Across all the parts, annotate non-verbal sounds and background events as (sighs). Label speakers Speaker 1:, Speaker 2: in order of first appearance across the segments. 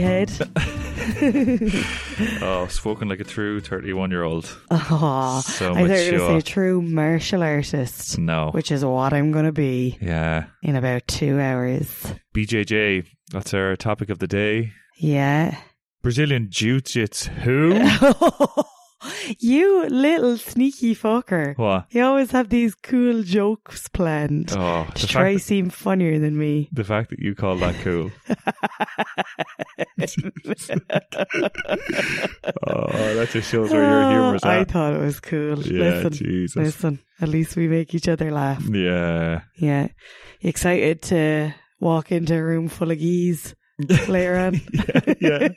Speaker 1: head.
Speaker 2: (laughs) Oh, spoken like a true 31 year old.
Speaker 1: Aw,
Speaker 2: So
Speaker 1: I thought you were going to say
Speaker 2: mature.
Speaker 1: true martial artist,
Speaker 2: No.
Speaker 1: which is what I'm going to be
Speaker 2: Yeah.
Speaker 1: in about two hours.
Speaker 2: BJJ, that's our topic of the day.
Speaker 1: Yeah. (laughs)
Speaker 2: Brazilian Jiu Jitsu. Who?
Speaker 1: you little sneaky fucker.
Speaker 2: what?
Speaker 1: You always have these cool jokes planned
Speaker 2: Oh, the
Speaker 1: to try
Speaker 2: fact,
Speaker 1: seem funnier than me.
Speaker 2: the fact that you call that
Speaker 1: (laughs)
Speaker 2: cool. oh, that just shows where your humor's
Speaker 1: (laughs) Oh, I
Speaker 2: at.
Speaker 1: thought it was cool.
Speaker 2: Yeah,
Speaker 1: listen,
Speaker 2: Jesus.
Speaker 1: listen. At least we make each other laugh.
Speaker 2: Yeah. (laughs)
Speaker 1: Yeah. You excited to walk into a room full of
Speaker 2: (laughs)
Speaker 1: geese later on? (laughs)
Speaker 2: Yeah.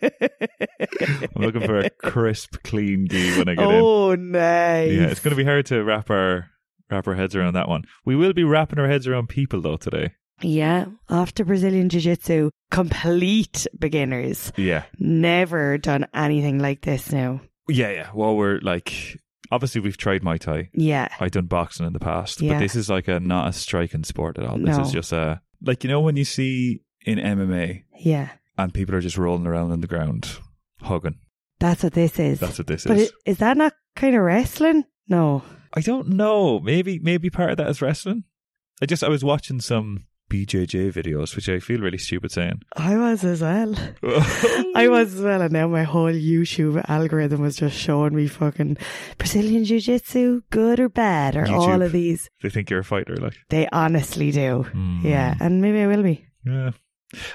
Speaker 2: I'm looking for a crisp, clean D when I get in.
Speaker 1: oh, nice.
Speaker 2: Yeah, it's going to be hard to wrap our wrap our heads around that one. We will be wrapping our heads around people though today.
Speaker 1: Yeah. After Brazilian Jiu Jitsu, complete beginners.
Speaker 2: Yeah,
Speaker 1: Never done anything like this now.
Speaker 2: yeah, yeah. Well, we're like, obviously, we've tried Muay Thai.
Speaker 1: Yeah.
Speaker 2: I've done boxing in the past,
Speaker 1: Yeah.
Speaker 2: but this is like a not a striking sport at all. This
Speaker 1: No.
Speaker 2: is just a like you know when you see in MMA
Speaker 1: Yeah.
Speaker 2: and people are just rolling around on the ground hugging.
Speaker 1: That's what this is.
Speaker 2: That's what this
Speaker 1: but
Speaker 2: is.
Speaker 1: i- is that not kind of wrestling? No.
Speaker 2: I don't know. Maybe maybe part of that is wrestling. I just I was watching some BJJ videos, which I feel really stupid saying.
Speaker 1: I was as
Speaker 2: (laughs)
Speaker 1: well. (laughs) I was as well, and now my whole YouTube algorithm was just showing me fucking Brazilian Jiu Jitsu, good or bad, or all
Speaker 2: YouTube.
Speaker 1: of these.
Speaker 2: they think you're a fighter, like.
Speaker 1: They honestly do.
Speaker 2: Hmm.
Speaker 1: Yeah, and maybe I will be.
Speaker 2: Yeah.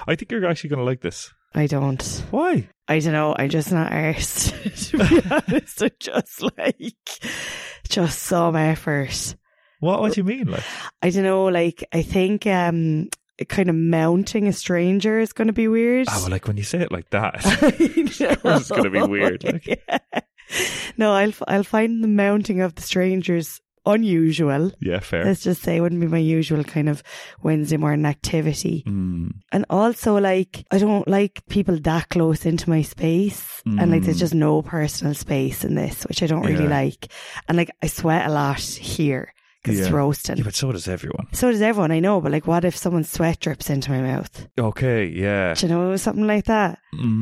Speaker 2: I think you're actually going to like this.
Speaker 1: I don't.
Speaker 2: Why?
Speaker 1: I don't know. I'm just not (laughs) arsed, to
Speaker 2: (laughs)
Speaker 1: be honest. I'm just like, just some effort.
Speaker 2: What What do you mean? Like,
Speaker 1: I don't know. Like, I think um kind of mounting a stranger is going to be weird. (laughs)
Speaker 2: oh, well, like when you say it like that. (laughs)
Speaker 1: I know.
Speaker 2: It's gonna be
Speaker 1: (laughs)
Speaker 2: weird, like.
Speaker 1: Yeah. No, I'll f- I'll find the mounting of the strangers unusual.
Speaker 2: yeah, fair.
Speaker 1: Let's just say it wouldn't be my usual kind of Wednesday morning activity.
Speaker 2: Mm.
Speaker 1: And also, like, I don't like people that close into my space. And, like, there's
Speaker 2: Mm.
Speaker 1: just no personal space in this, which I don't really
Speaker 2: Yeah.
Speaker 1: like. And, like, I sweat a lot here because it's
Speaker 2: Yeah.
Speaker 1: roasting.
Speaker 2: Yeah, but so does everyone.
Speaker 1: so does everyone I know, but like, what if someone's sweat drips into my mouth?
Speaker 2: Okay, yeah.
Speaker 1: Do you know something like that?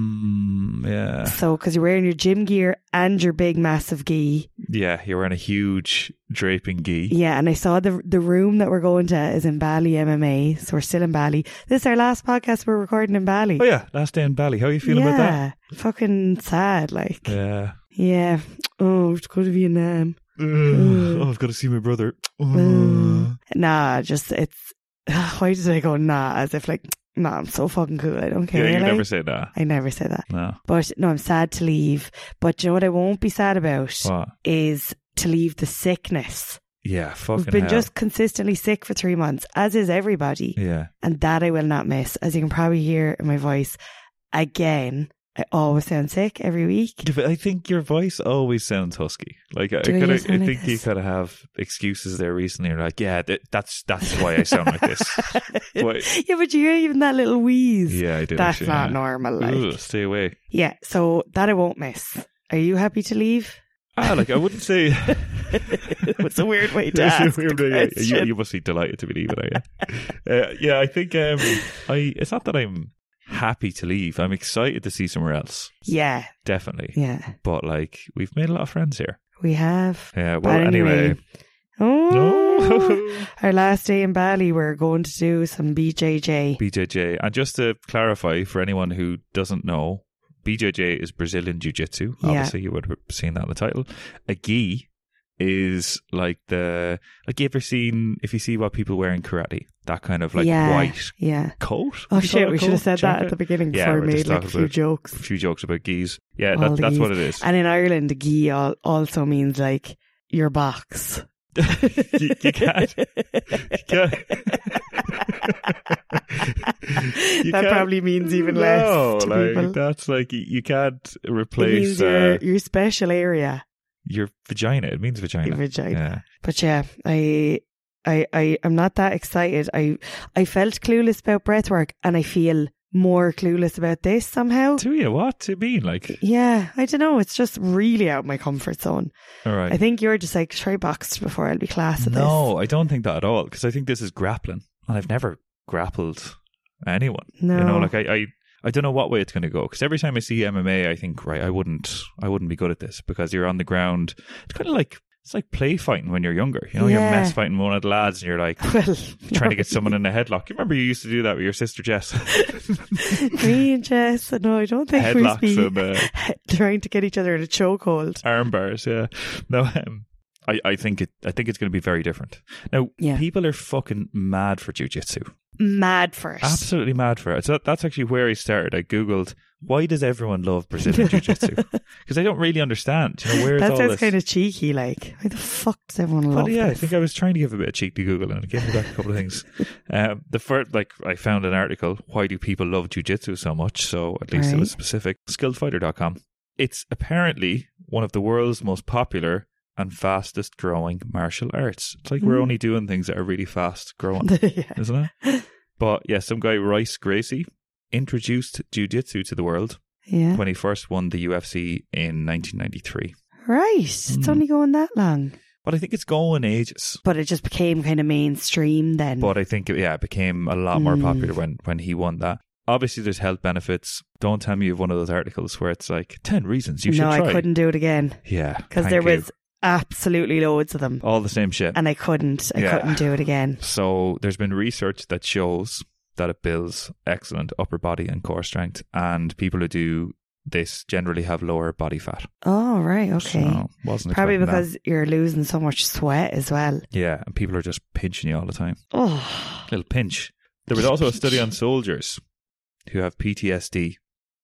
Speaker 2: Mm, yeah.
Speaker 1: So, because you're wearing your gym gear and your big massive gi,
Speaker 2: Yeah, you're wearing a huge draping gi.
Speaker 1: yeah. And I saw the the room that we're going to is in Bali MMA, so we're still in Bali. This is our last podcast we're recording in Bali.
Speaker 2: Oh, yeah. Last day in Bali. How are you feeling
Speaker 1: yeah,
Speaker 2: about that?
Speaker 1: fucking sad, like.
Speaker 2: Yeah.
Speaker 1: Yeah. Oh, to go to Vietnam.
Speaker 2: Ugh. oh, I've got to see my brother. Mm-hmm.
Speaker 1: Mm. Nah, just it's. (sighs) Why did I go nah? As if like, nah, I'm so fucking cool. I don't
Speaker 2: yeah,
Speaker 1: care.
Speaker 2: you
Speaker 1: like.
Speaker 2: never say that.
Speaker 1: I never say that.
Speaker 2: No.
Speaker 1: But no, I'm sad to leave. But you know what I won't be sad about is
Speaker 2: What?
Speaker 1: to leave the sickness.
Speaker 2: Yeah, fucking
Speaker 1: We've been
Speaker 2: hell.
Speaker 1: just consistently sick for three months, as is everybody,
Speaker 2: Yeah.
Speaker 1: and that I will not miss. As you can probably hear in my voice, again, I always sound sick every week.
Speaker 2: Yeah, but I think your voice always sounds husky. Like I,
Speaker 1: Do I
Speaker 2: gotta, I
Speaker 1: just sound
Speaker 2: think
Speaker 1: like
Speaker 2: you
Speaker 1: this?
Speaker 2: gotta have excuses there recently. You're like, yeah, th- that's that's why I sound like
Speaker 1: (laughs)
Speaker 2: this. Wait.
Speaker 1: yeah, but you hear even that little wheeze.
Speaker 2: Yeah, I do.
Speaker 1: That's
Speaker 2: actually,
Speaker 1: not
Speaker 2: yeah.
Speaker 1: normal. Like.
Speaker 2: Ooh, stay away.
Speaker 1: Yeah, so that I won't miss. Are you happy to leave? (laughs)
Speaker 2: Ah, like I wouldn't say.
Speaker 1: It's a weird way to
Speaker 2: (laughs) It's a
Speaker 1: ask
Speaker 2: weird
Speaker 1: the
Speaker 2: way- yeah, you,
Speaker 1: question.
Speaker 2: you must be delighted to be leaving, are you? uh, yeah, I think um, I. It's not that I'm happy to leave. I'm excited to see somewhere else,
Speaker 1: Yeah,
Speaker 2: definitely.
Speaker 1: yeah,
Speaker 2: But like, we've made a lot of friends here.
Speaker 1: we have.
Speaker 2: Yeah.
Speaker 1: But
Speaker 2: Well, anyway.
Speaker 1: Oh,
Speaker 2: (laughs) No.
Speaker 1: our last day in Bali, we're going to do some BJJ.
Speaker 2: BJJ. And just to clarify for anyone who doesn't know, BJJ is Brazilian Jiu Jitsu.
Speaker 1: Yeah.
Speaker 2: Obviously, you would have seen that in the title. A gi is like the like you ever seen if you see what people wear in karate that kind of like
Speaker 1: yeah,
Speaker 2: white
Speaker 1: yeah.
Speaker 2: coat.
Speaker 1: Oh
Speaker 2: Would you call
Speaker 1: shit,
Speaker 2: it
Speaker 1: we
Speaker 2: a
Speaker 1: should have
Speaker 2: coat?
Speaker 1: said that
Speaker 2: Jacket?
Speaker 1: at the beginning
Speaker 2: Yeah,
Speaker 1: before
Speaker 2: we're
Speaker 1: we
Speaker 2: just
Speaker 1: made like a
Speaker 2: talking
Speaker 1: few
Speaker 2: about-
Speaker 1: jokes.
Speaker 2: A few jokes about gis. Yeah,
Speaker 1: All
Speaker 2: that,
Speaker 1: the
Speaker 2: that's
Speaker 1: gis.
Speaker 2: what it is. (laughs)
Speaker 1: And in Ireland, a gi al- also means like your box.
Speaker 2: (laughs) you,
Speaker 1: (laughs)
Speaker 2: you can't. You can't.
Speaker 1: that
Speaker 2: You can't-
Speaker 1: probably (laughs) means even
Speaker 2: no,
Speaker 1: less to
Speaker 2: like
Speaker 1: people.
Speaker 2: that's like you, you can't
Speaker 1: It
Speaker 2: replace
Speaker 1: means
Speaker 2: uh,
Speaker 1: your, your special area,
Speaker 2: your vagina. It means vagina.
Speaker 1: your vagina.
Speaker 2: Yeah.
Speaker 1: But yeah, I, I, I, I'm not that excited. I, I felt clueless about breathwork, and I feel more clueless about this somehow.
Speaker 2: Do you? What? Do you mean? Like,
Speaker 1: Yeah, I don't know. It's just really out of my comfort zone.
Speaker 2: all right.
Speaker 1: I think you're just like try boxed before I'll be classed. at this."
Speaker 2: no, I don't think that at all because I think this is grappling and I've never grappled anyone.
Speaker 1: no,
Speaker 2: You know, like I, I, I don't know what way it's going to go because every time I see MMA, I think right, I wouldn't, I wouldn't be good at this because you're on the ground. It's kind of like it's like play fighting when you're younger. You know,
Speaker 1: Yeah.
Speaker 2: you're mess fighting one of the lads, and you're like
Speaker 1: (laughs) Well,
Speaker 2: trying to get someone in a headlock. You remember you used to do that with your
Speaker 1: (laughs)
Speaker 2: sister Jess, (laughs)
Speaker 1: me and Jess, no, I don't think we'd
Speaker 2: headlocks
Speaker 1: be
Speaker 2: and uh,
Speaker 1: (laughs) trying to get each other in a chokehold.
Speaker 2: arm bars. Yeah, no, um, I, I think it, I think it's going to be very different. Now,
Speaker 1: Yeah.
Speaker 2: people are fucking mad for jujitsu.
Speaker 1: Mad first.
Speaker 2: Absolutely mad for it. So that's actually where I started. I googled why does everyone love
Speaker 1: (laughs)
Speaker 2: Brazilian jiu-jitsu? Because I don't really understand. You know, where is
Speaker 1: That
Speaker 2: all
Speaker 1: sounds
Speaker 2: this?
Speaker 1: kind of cheeky. Like, why the fuck does everyone
Speaker 2: Well,
Speaker 1: love
Speaker 2: yeah, I
Speaker 1: this?
Speaker 2: think I was trying to give a bit of cheek to Google and it gave me back a couple
Speaker 1: (laughs)
Speaker 2: of things. Um, the first, like, I found an article, Why Do People Love Jiu Jitsu So Much? So at least it was specific. Skilledfighter.com. It's apparently one of the world's most popular and fastest growing martial arts. It's like we're
Speaker 1: Mm.
Speaker 2: only doing things that are really
Speaker 1: (laughs)
Speaker 2: fast growing,
Speaker 1: yeah.
Speaker 2: isn't it? But yeah, some guy, Rice Gracie, introduced Jiu Jitsu to the world
Speaker 1: Yeah.
Speaker 2: when he first won the UFC in 1993.
Speaker 1: Right. It's
Speaker 2: Mm.
Speaker 1: only going that long.
Speaker 2: But I think it's going ages.
Speaker 1: But it just became kind of mainstream then.
Speaker 2: But I think yeah, it became a lot more
Speaker 1: Mm.
Speaker 2: popular when when he won that. Obviously, there's health benefits. Don't tell me you have one of those articles where it's like ten reasons you should
Speaker 1: no,
Speaker 2: try.
Speaker 1: I couldn't do it again
Speaker 2: Yeah,
Speaker 1: because
Speaker 2: thank
Speaker 1: there
Speaker 2: you.
Speaker 1: was absolutely loads of them.
Speaker 2: all the same shit.
Speaker 1: And I couldn't. I
Speaker 2: Yeah.
Speaker 1: couldn't do it again.
Speaker 2: so there's been research that shows that it builds excellent upper body and core strength, and people who do this generally have lower body fat.
Speaker 1: Oh, right. Okay.
Speaker 2: So wasn't
Speaker 1: Probably
Speaker 2: expecting that.
Speaker 1: because you're losing so much sweat as well.
Speaker 2: yeah, and people are just pinching you all the time.
Speaker 1: Oh.
Speaker 2: Little pinch.
Speaker 1: (laughs)
Speaker 2: There was also a study on soldiers who have PTSD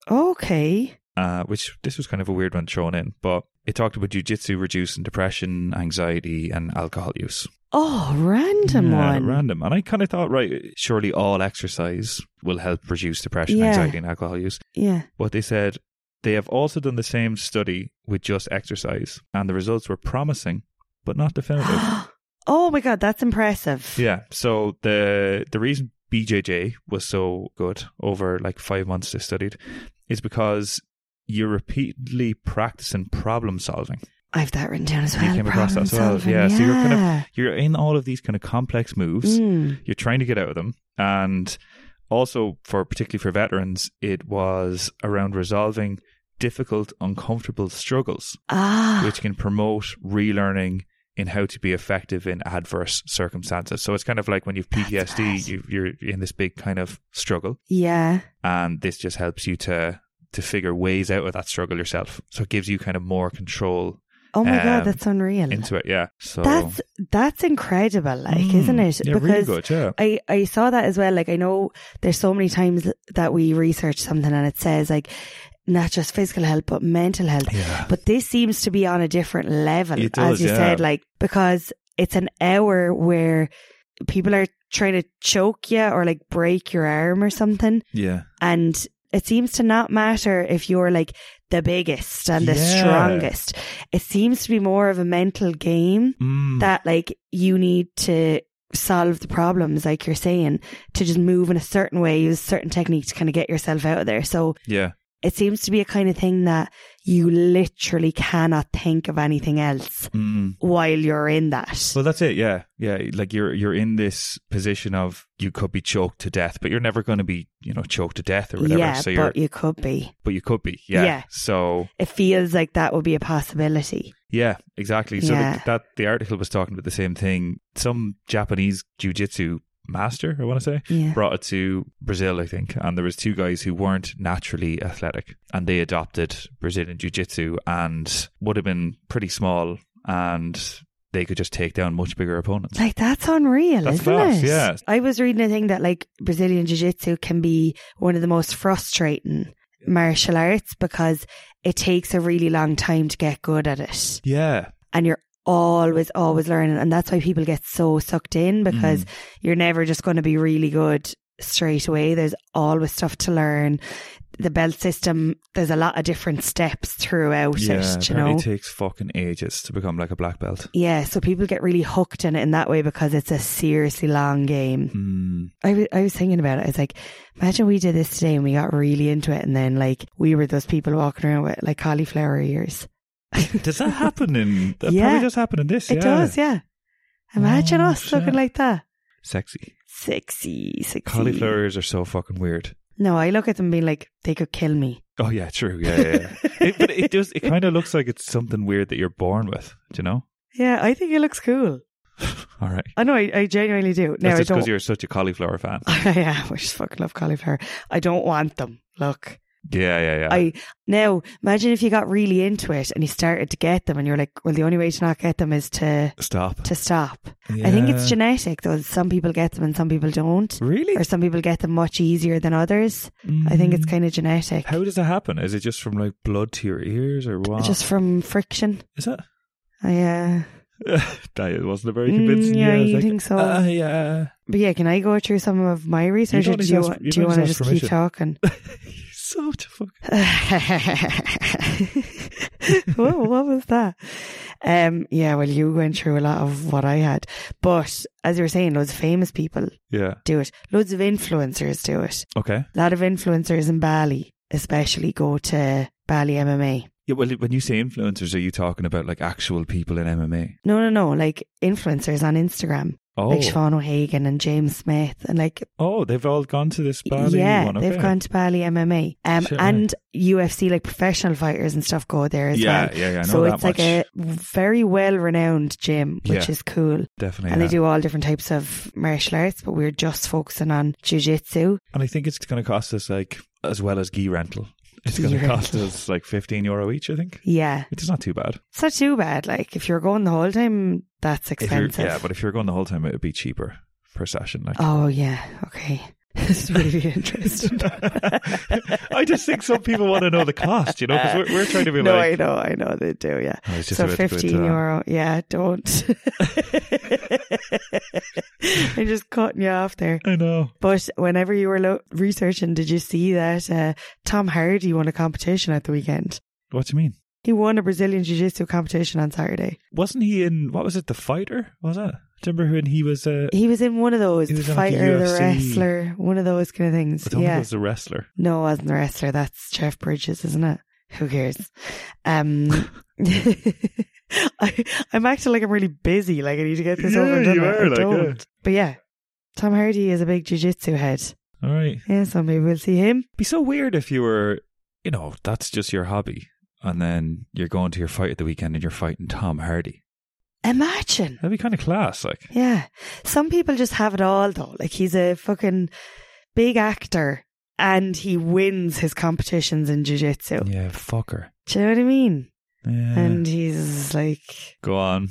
Speaker 1: Okay.
Speaker 2: uh, which this was kind of a weird one thrown in, but it talked about jujitsu reducing depression, anxiety, and alcohol use.
Speaker 1: Oh, random
Speaker 2: Yeah,
Speaker 1: one.
Speaker 2: Random. And I kind of thought, right, surely all exercise will help reduce depression,
Speaker 1: Yeah.
Speaker 2: anxiety, and alcohol use.
Speaker 1: Yeah.
Speaker 2: But they said they have also done the same study with just exercise, and the results were promising, but not definitive.
Speaker 1: (gasps) oh my god, that's impressive.
Speaker 2: Yeah. So the the reason BJJ was so good over like five months they studied is because you're repeatedly practicing problem solving.
Speaker 1: I have that written down as
Speaker 2: You
Speaker 1: well.
Speaker 2: came across that as well.
Speaker 1: Problem solving,
Speaker 2: Yeah, so you're kind of-
Speaker 1: yeah.
Speaker 2: You're in all of these kind of complex moves.
Speaker 1: Mm.
Speaker 2: You're trying to get out of them, and also for particularly for veterans, it was around resolving difficult, uncomfortable struggles,
Speaker 1: Ah,
Speaker 2: which can promote relearning in how to be effective in adverse circumstances. So it's kind of like when you've
Speaker 1: right.
Speaker 2: PTSD, you you're in this big kind of struggle.
Speaker 1: yeah.
Speaker 2: and this just helps you to to figure ways out of that struggle yourself. So it gives you kind of more control
Speaker 1: Oh my
Speaker 2: Um,
Speaker 1: god, that's unreal.
Speaker 2: into it. Yeah. So
Speaker 1: That's that's incredible, like,
Speaker 2: Mm.
Speaker 1: isn't it?
Speaker 2: Yeah, really
Speaker 1: because
Speaker 2: good. Yeah.
Speaker 1: I, I saw that as well. Like, I know there's so many times that we research something and it says, like, not just physical health, but mental health.
Speaker 2: Yeah.
Speaker 1: But this seems to be on a different level,
Speaker 2: It
Speaker 1: as
Speaker 2: does,
Speaker 1: you
Speaker 2: yeah.
Speaker 1: said, like, because it's an hour where people are trying to choke you or like break your arm or something.
Speaker 2: Yeah.
Speaker 1: And it seems to not matter if you're like the biggest and the
Speaker 2: Yeah.
Speaker 1: strongest. It seems to be more of a mental game
Speaker 2: Mm.
Speaker 1: that like you need to solve the problems like you're saying to just move in a certain way use certain technique to kind of get yourself out of there so
Speaker 2: yeah.
Speaker 1: it seems to be a kind of thing that you literally cannot think of anything else
Speaker 2: Mm.
Speaker 1: while you're in that
Speaker 2: Well, that's it. Yeah. Yeah. Like you're you're in this position of you could be choked to death, but you're never going to be you know choked to death or whatever.
Speaker 1: yeah
Speaker 2: so you're
Speaker 1: but you could be
Speaker 2: but you could be. Yeah.
Speaker 1: Yeah.
Speaker 2: So
Speaker 1: it feels like that would be a possibility
Speaker 2: Yeah, exactly. So
Speaker 1: Yeah.
Speaker 2: the, that the article was talking about the same thing. Some Japanese jujitsu master, I want to say,
Speaker 1: Yeah.
Speaker 2: brought it to Brazil, I think, and there was two guys who weren't naturally athletic, and they adopted Brazilian jiu-jitsu and would have been pretty small, and they could just take down much bigger opponents.
Speaker 1: like that's unreal
Speaker 2: That's
Speaker 1: isn't
Speaker 2: class,
Speaker 1: it
Speaker 2: yeah.
Speaker 1: i was reading a thing that like brazilian jiu-jitsu can be one of the most frustrating martial arts because it takes a really long time to get good at it
Speaker 2: Yeah,
Speaker 1: and you're always always learning and that's why people get so sucked in
Speaker 2: Mm.
Speaker 1: because you're never just going to be really good straight away there's always stuff to learn the belt system there's a lot of different steps throughout
Speaker 2: yeah.
Speaker 1: it you
Speaker 2: apparently
Speaker 1: know
Speaker 2: it takes fucking ages to become like a black belt.
Speaker 1: yeah so people get really hooked in it in that way because it's a seriously long game
Speaker 2: Mm.
Speaker 1: I wa- I was thinking about it I was like imagine we did this today and we got really into it and then like we were those people walking around with like cauliflower ears (laughs)
Speaker 2: Does that happen in? That
Speaker 1: Yeah.
Speaker 2: probably does happen in this.
Speaker 1: it
Speaker 2: yeah.
Speaker 1: does yeah imagine
Speaker 2: Oh,
Speaker 1: us looking
Speaker 2: shit.
Speaker 1: like that
Speaker 2: Sexy.
Speaker 1: sexy, sexy.
Speaker 2: Cauliflowers are so fucking weird.
Speaker 1: No, I look at them being like, they could kill me.
Speaker 2: Oh yeah, true. Yeah, yeah. yeah. it, but it does. It kind of looks like it's something weird that you're born with. Do you know?
Speaker 1: Yeah, I think it looks cool.
Speaker 2: All right.
Speaker 1: I know, I, I genuinely do. No,
Speaker 2: That's
Speaker 1: I
Speaker 2: just
Speaker 1: don't.
Speaker 2: because you're such a cauliflower fan.
Speaker 1: yeah, (laughs) I just fucking love cauliflower. I don't want them. Look,
Speaker 2: Yeah, yeah, yeah.
Speaker 1: I now imagine if you got really into it and you started to get them, and you're like, well, the only way to not get them is to
Speaker 2: Stop.
Speaker 1: to stop. I think it's
Speaker 2: Yeah.
Speaker 1: genetic though. Some people get them and some people don't,
Speaker 2: really.
Speaker 1: or some people get them much easier than others. I think it's
Speaker 2: Mm.
Speaker 1: kind of genetic,
Speaker 2: How does that happen? Is it just from like blood to your ears or what?
Speaker 1: just from friction. uh,
Speaker 2: is it?
Speaker 1: Yeah,
Speaker 2: that wasn't a very
Speaker 1: Mm,
Speaker 2: convincing.
Speaker 1: yeah,
Speaker 2: I was
Speaker 1: you
Speaker 2: like,
Speaker 1: think so.
Speaker 2: "Ah, yeah.
Speaker 1: but yeah, can I go through some of my research,
Speaker 2: don't
Speaker 1: or do
Speaker 2: need to
Speaker 1: you,
Speaker 2: ask-
Speaker 1: want-
Speaker 2: you
Speaker 1: do you
Speaker 2: don't
Speaker 1: want to
Speaker 2: need to
Speaker 1: just
Speaker 2: ask
Speaker 1: keep
Speaker 2: permission. (laughs)
Speaker 1: talking? (laughs)
Speaker 2: so to fuck.
Speaker 1: Whoa, what was that? Um, yeah, well, you went through a lot of what I had, but as you were saying, loads of famous people
Speaker 2: Yeah.
Speaker 1: do it. Loads of influencers do it.
Speaker 2: Okay.
Speaker 1: A lot of influencers in Bali, especially, go to Bali MMA.
Speaker 2: Yeah. Well, when you say influencers, are you talking about like actual people in MMA?
Speaker 1: No, no, no, like influencers on Instagram,
Speaker 2: Oh,
Speaker 1: like Siobhan O'Hagan and James Smith, and like
Speaker 2: oh, they've all gone to this Bali
Speaker 1: yeah,
Speaker 2: one.
Speaker 1: they've
Speaker 2: okay.
Speaker 1: gone to Bali MMA, um,
Speaker 2: Sure.
Speaker 1: and UFC, like professional fighters and stuff, go there as
Speaker 2: yeah,
Speaker 1: well.
Speaker 2: yeah, yeah. I know
Speaker 1: so
Speaker 2: that
Speaker 1: it's
Speaker 2: much.
Speaker 1: like a very well renowned gym, which
Speaker 2: Yeah.
Speaker 1: is cool.
Speaker 2: Definitely.
Speaker 1: And
Speaker 2: yeah.
Speaker 1: they do all different types of martial arts, but we're just focusing on jujitsu.
Speaker 2: And I think it's going to cost us like as well as
Speaker 1: (laughs)
Speaker 2: gi rental. It's
Speaker 1: Gi
Speaker 2: going to
Speaker 1: rental.
Speaker 2: cost us like fifteen euro each. I think.
Speaker 1: Yeah,
Speaker 2: Which is not too bad.
Speaker 1: it's not too bad. Like if you're going the whole time, that's
Speaker 2: If you're,
Speaker 1: expensive.
Speaker 2: yeah, but if you're going the whole time, it would be cheaper per session.
Speaker 1: (laughs)
Speaker 2: Like.
Speaker 1: oh yeah, okay. (laughs) this is really
Speaker 2: (laughs)
Speaker 1: interesting.
Speaker 2: I just think some people want to know the cost, you know, because we're, we're trying to be
Speaker 1: no,
Speaker 2: like,
Speaker 1: I know, I know they do. Yeah.
Speaker 2: I was just
Speaker 1: So
Speaker 2: about to go into
Speaker 1: fifteen
Speaker 2: that.
Speaker 1: euro, yeah. Don't. (laughs) I'm just cutting you off there.
Speaker 2: I know.
Speaker 1: But whenever you were lo- researching, did you see that uh, Tom Hardy won a competition at the weekend?
Speaker 2: What do you mean?
Speaker 1: He won a Brazilian Jiu Jitsu competition on Saturday.
Speaker 2: Wasn't he in what was it? The fighter was it? Do you remember when he was? Uh,
Speaker 1: He was in one of those
Speaker 2: He was
Speaker 1: the
Speaker 2: in, like, a
Speaker 1: fighter, the
Speaker 2: UFC.
Speaker 1: wrestler, one of those kind of
Speaker 2: I
Speaker 1: things.
Speaker 2: don't think it
Speaker 1: Yeah.
Speaker 2: was a wrestler.
Speaker 1: No, it wasn't the wrestler. That's Jeff Bridges, isn't it? Who cares? Um, (laughs) I, I'm acting like I'm really busy. Like I need to get this
Speaker 2: Yeah,
Speaker 1: over and done.
Speaker 2: you
Speaker 1: with. I
Speaker 2: are, like, yeah.
Speaker 1: don't. But yeah, Tom Hardy is a big Jiu Jitsu head.
Speaker 2: All right.
Speaker 1: Yeah, so maybe we'll see him.
Speaker 2: be so weird if you were, you know, that's just your hobby. And then you're going to your fight at the weekend and you're fighting Tom Hardy.
Speaker 1: Imagine.
Speaker 2: That'd be kind of class. Like,
Speaker 1: Yeah. Some people just have it all though. Like he's a fucking big actor and he wins his competitions in jujitsu.
Speaker 2: yeah, fucker.
Speaker 1: Do you know what I mean?
Speaker 2: Yeah.
Speaker 1: And he's like (laughs)
Speaker 2: Go on.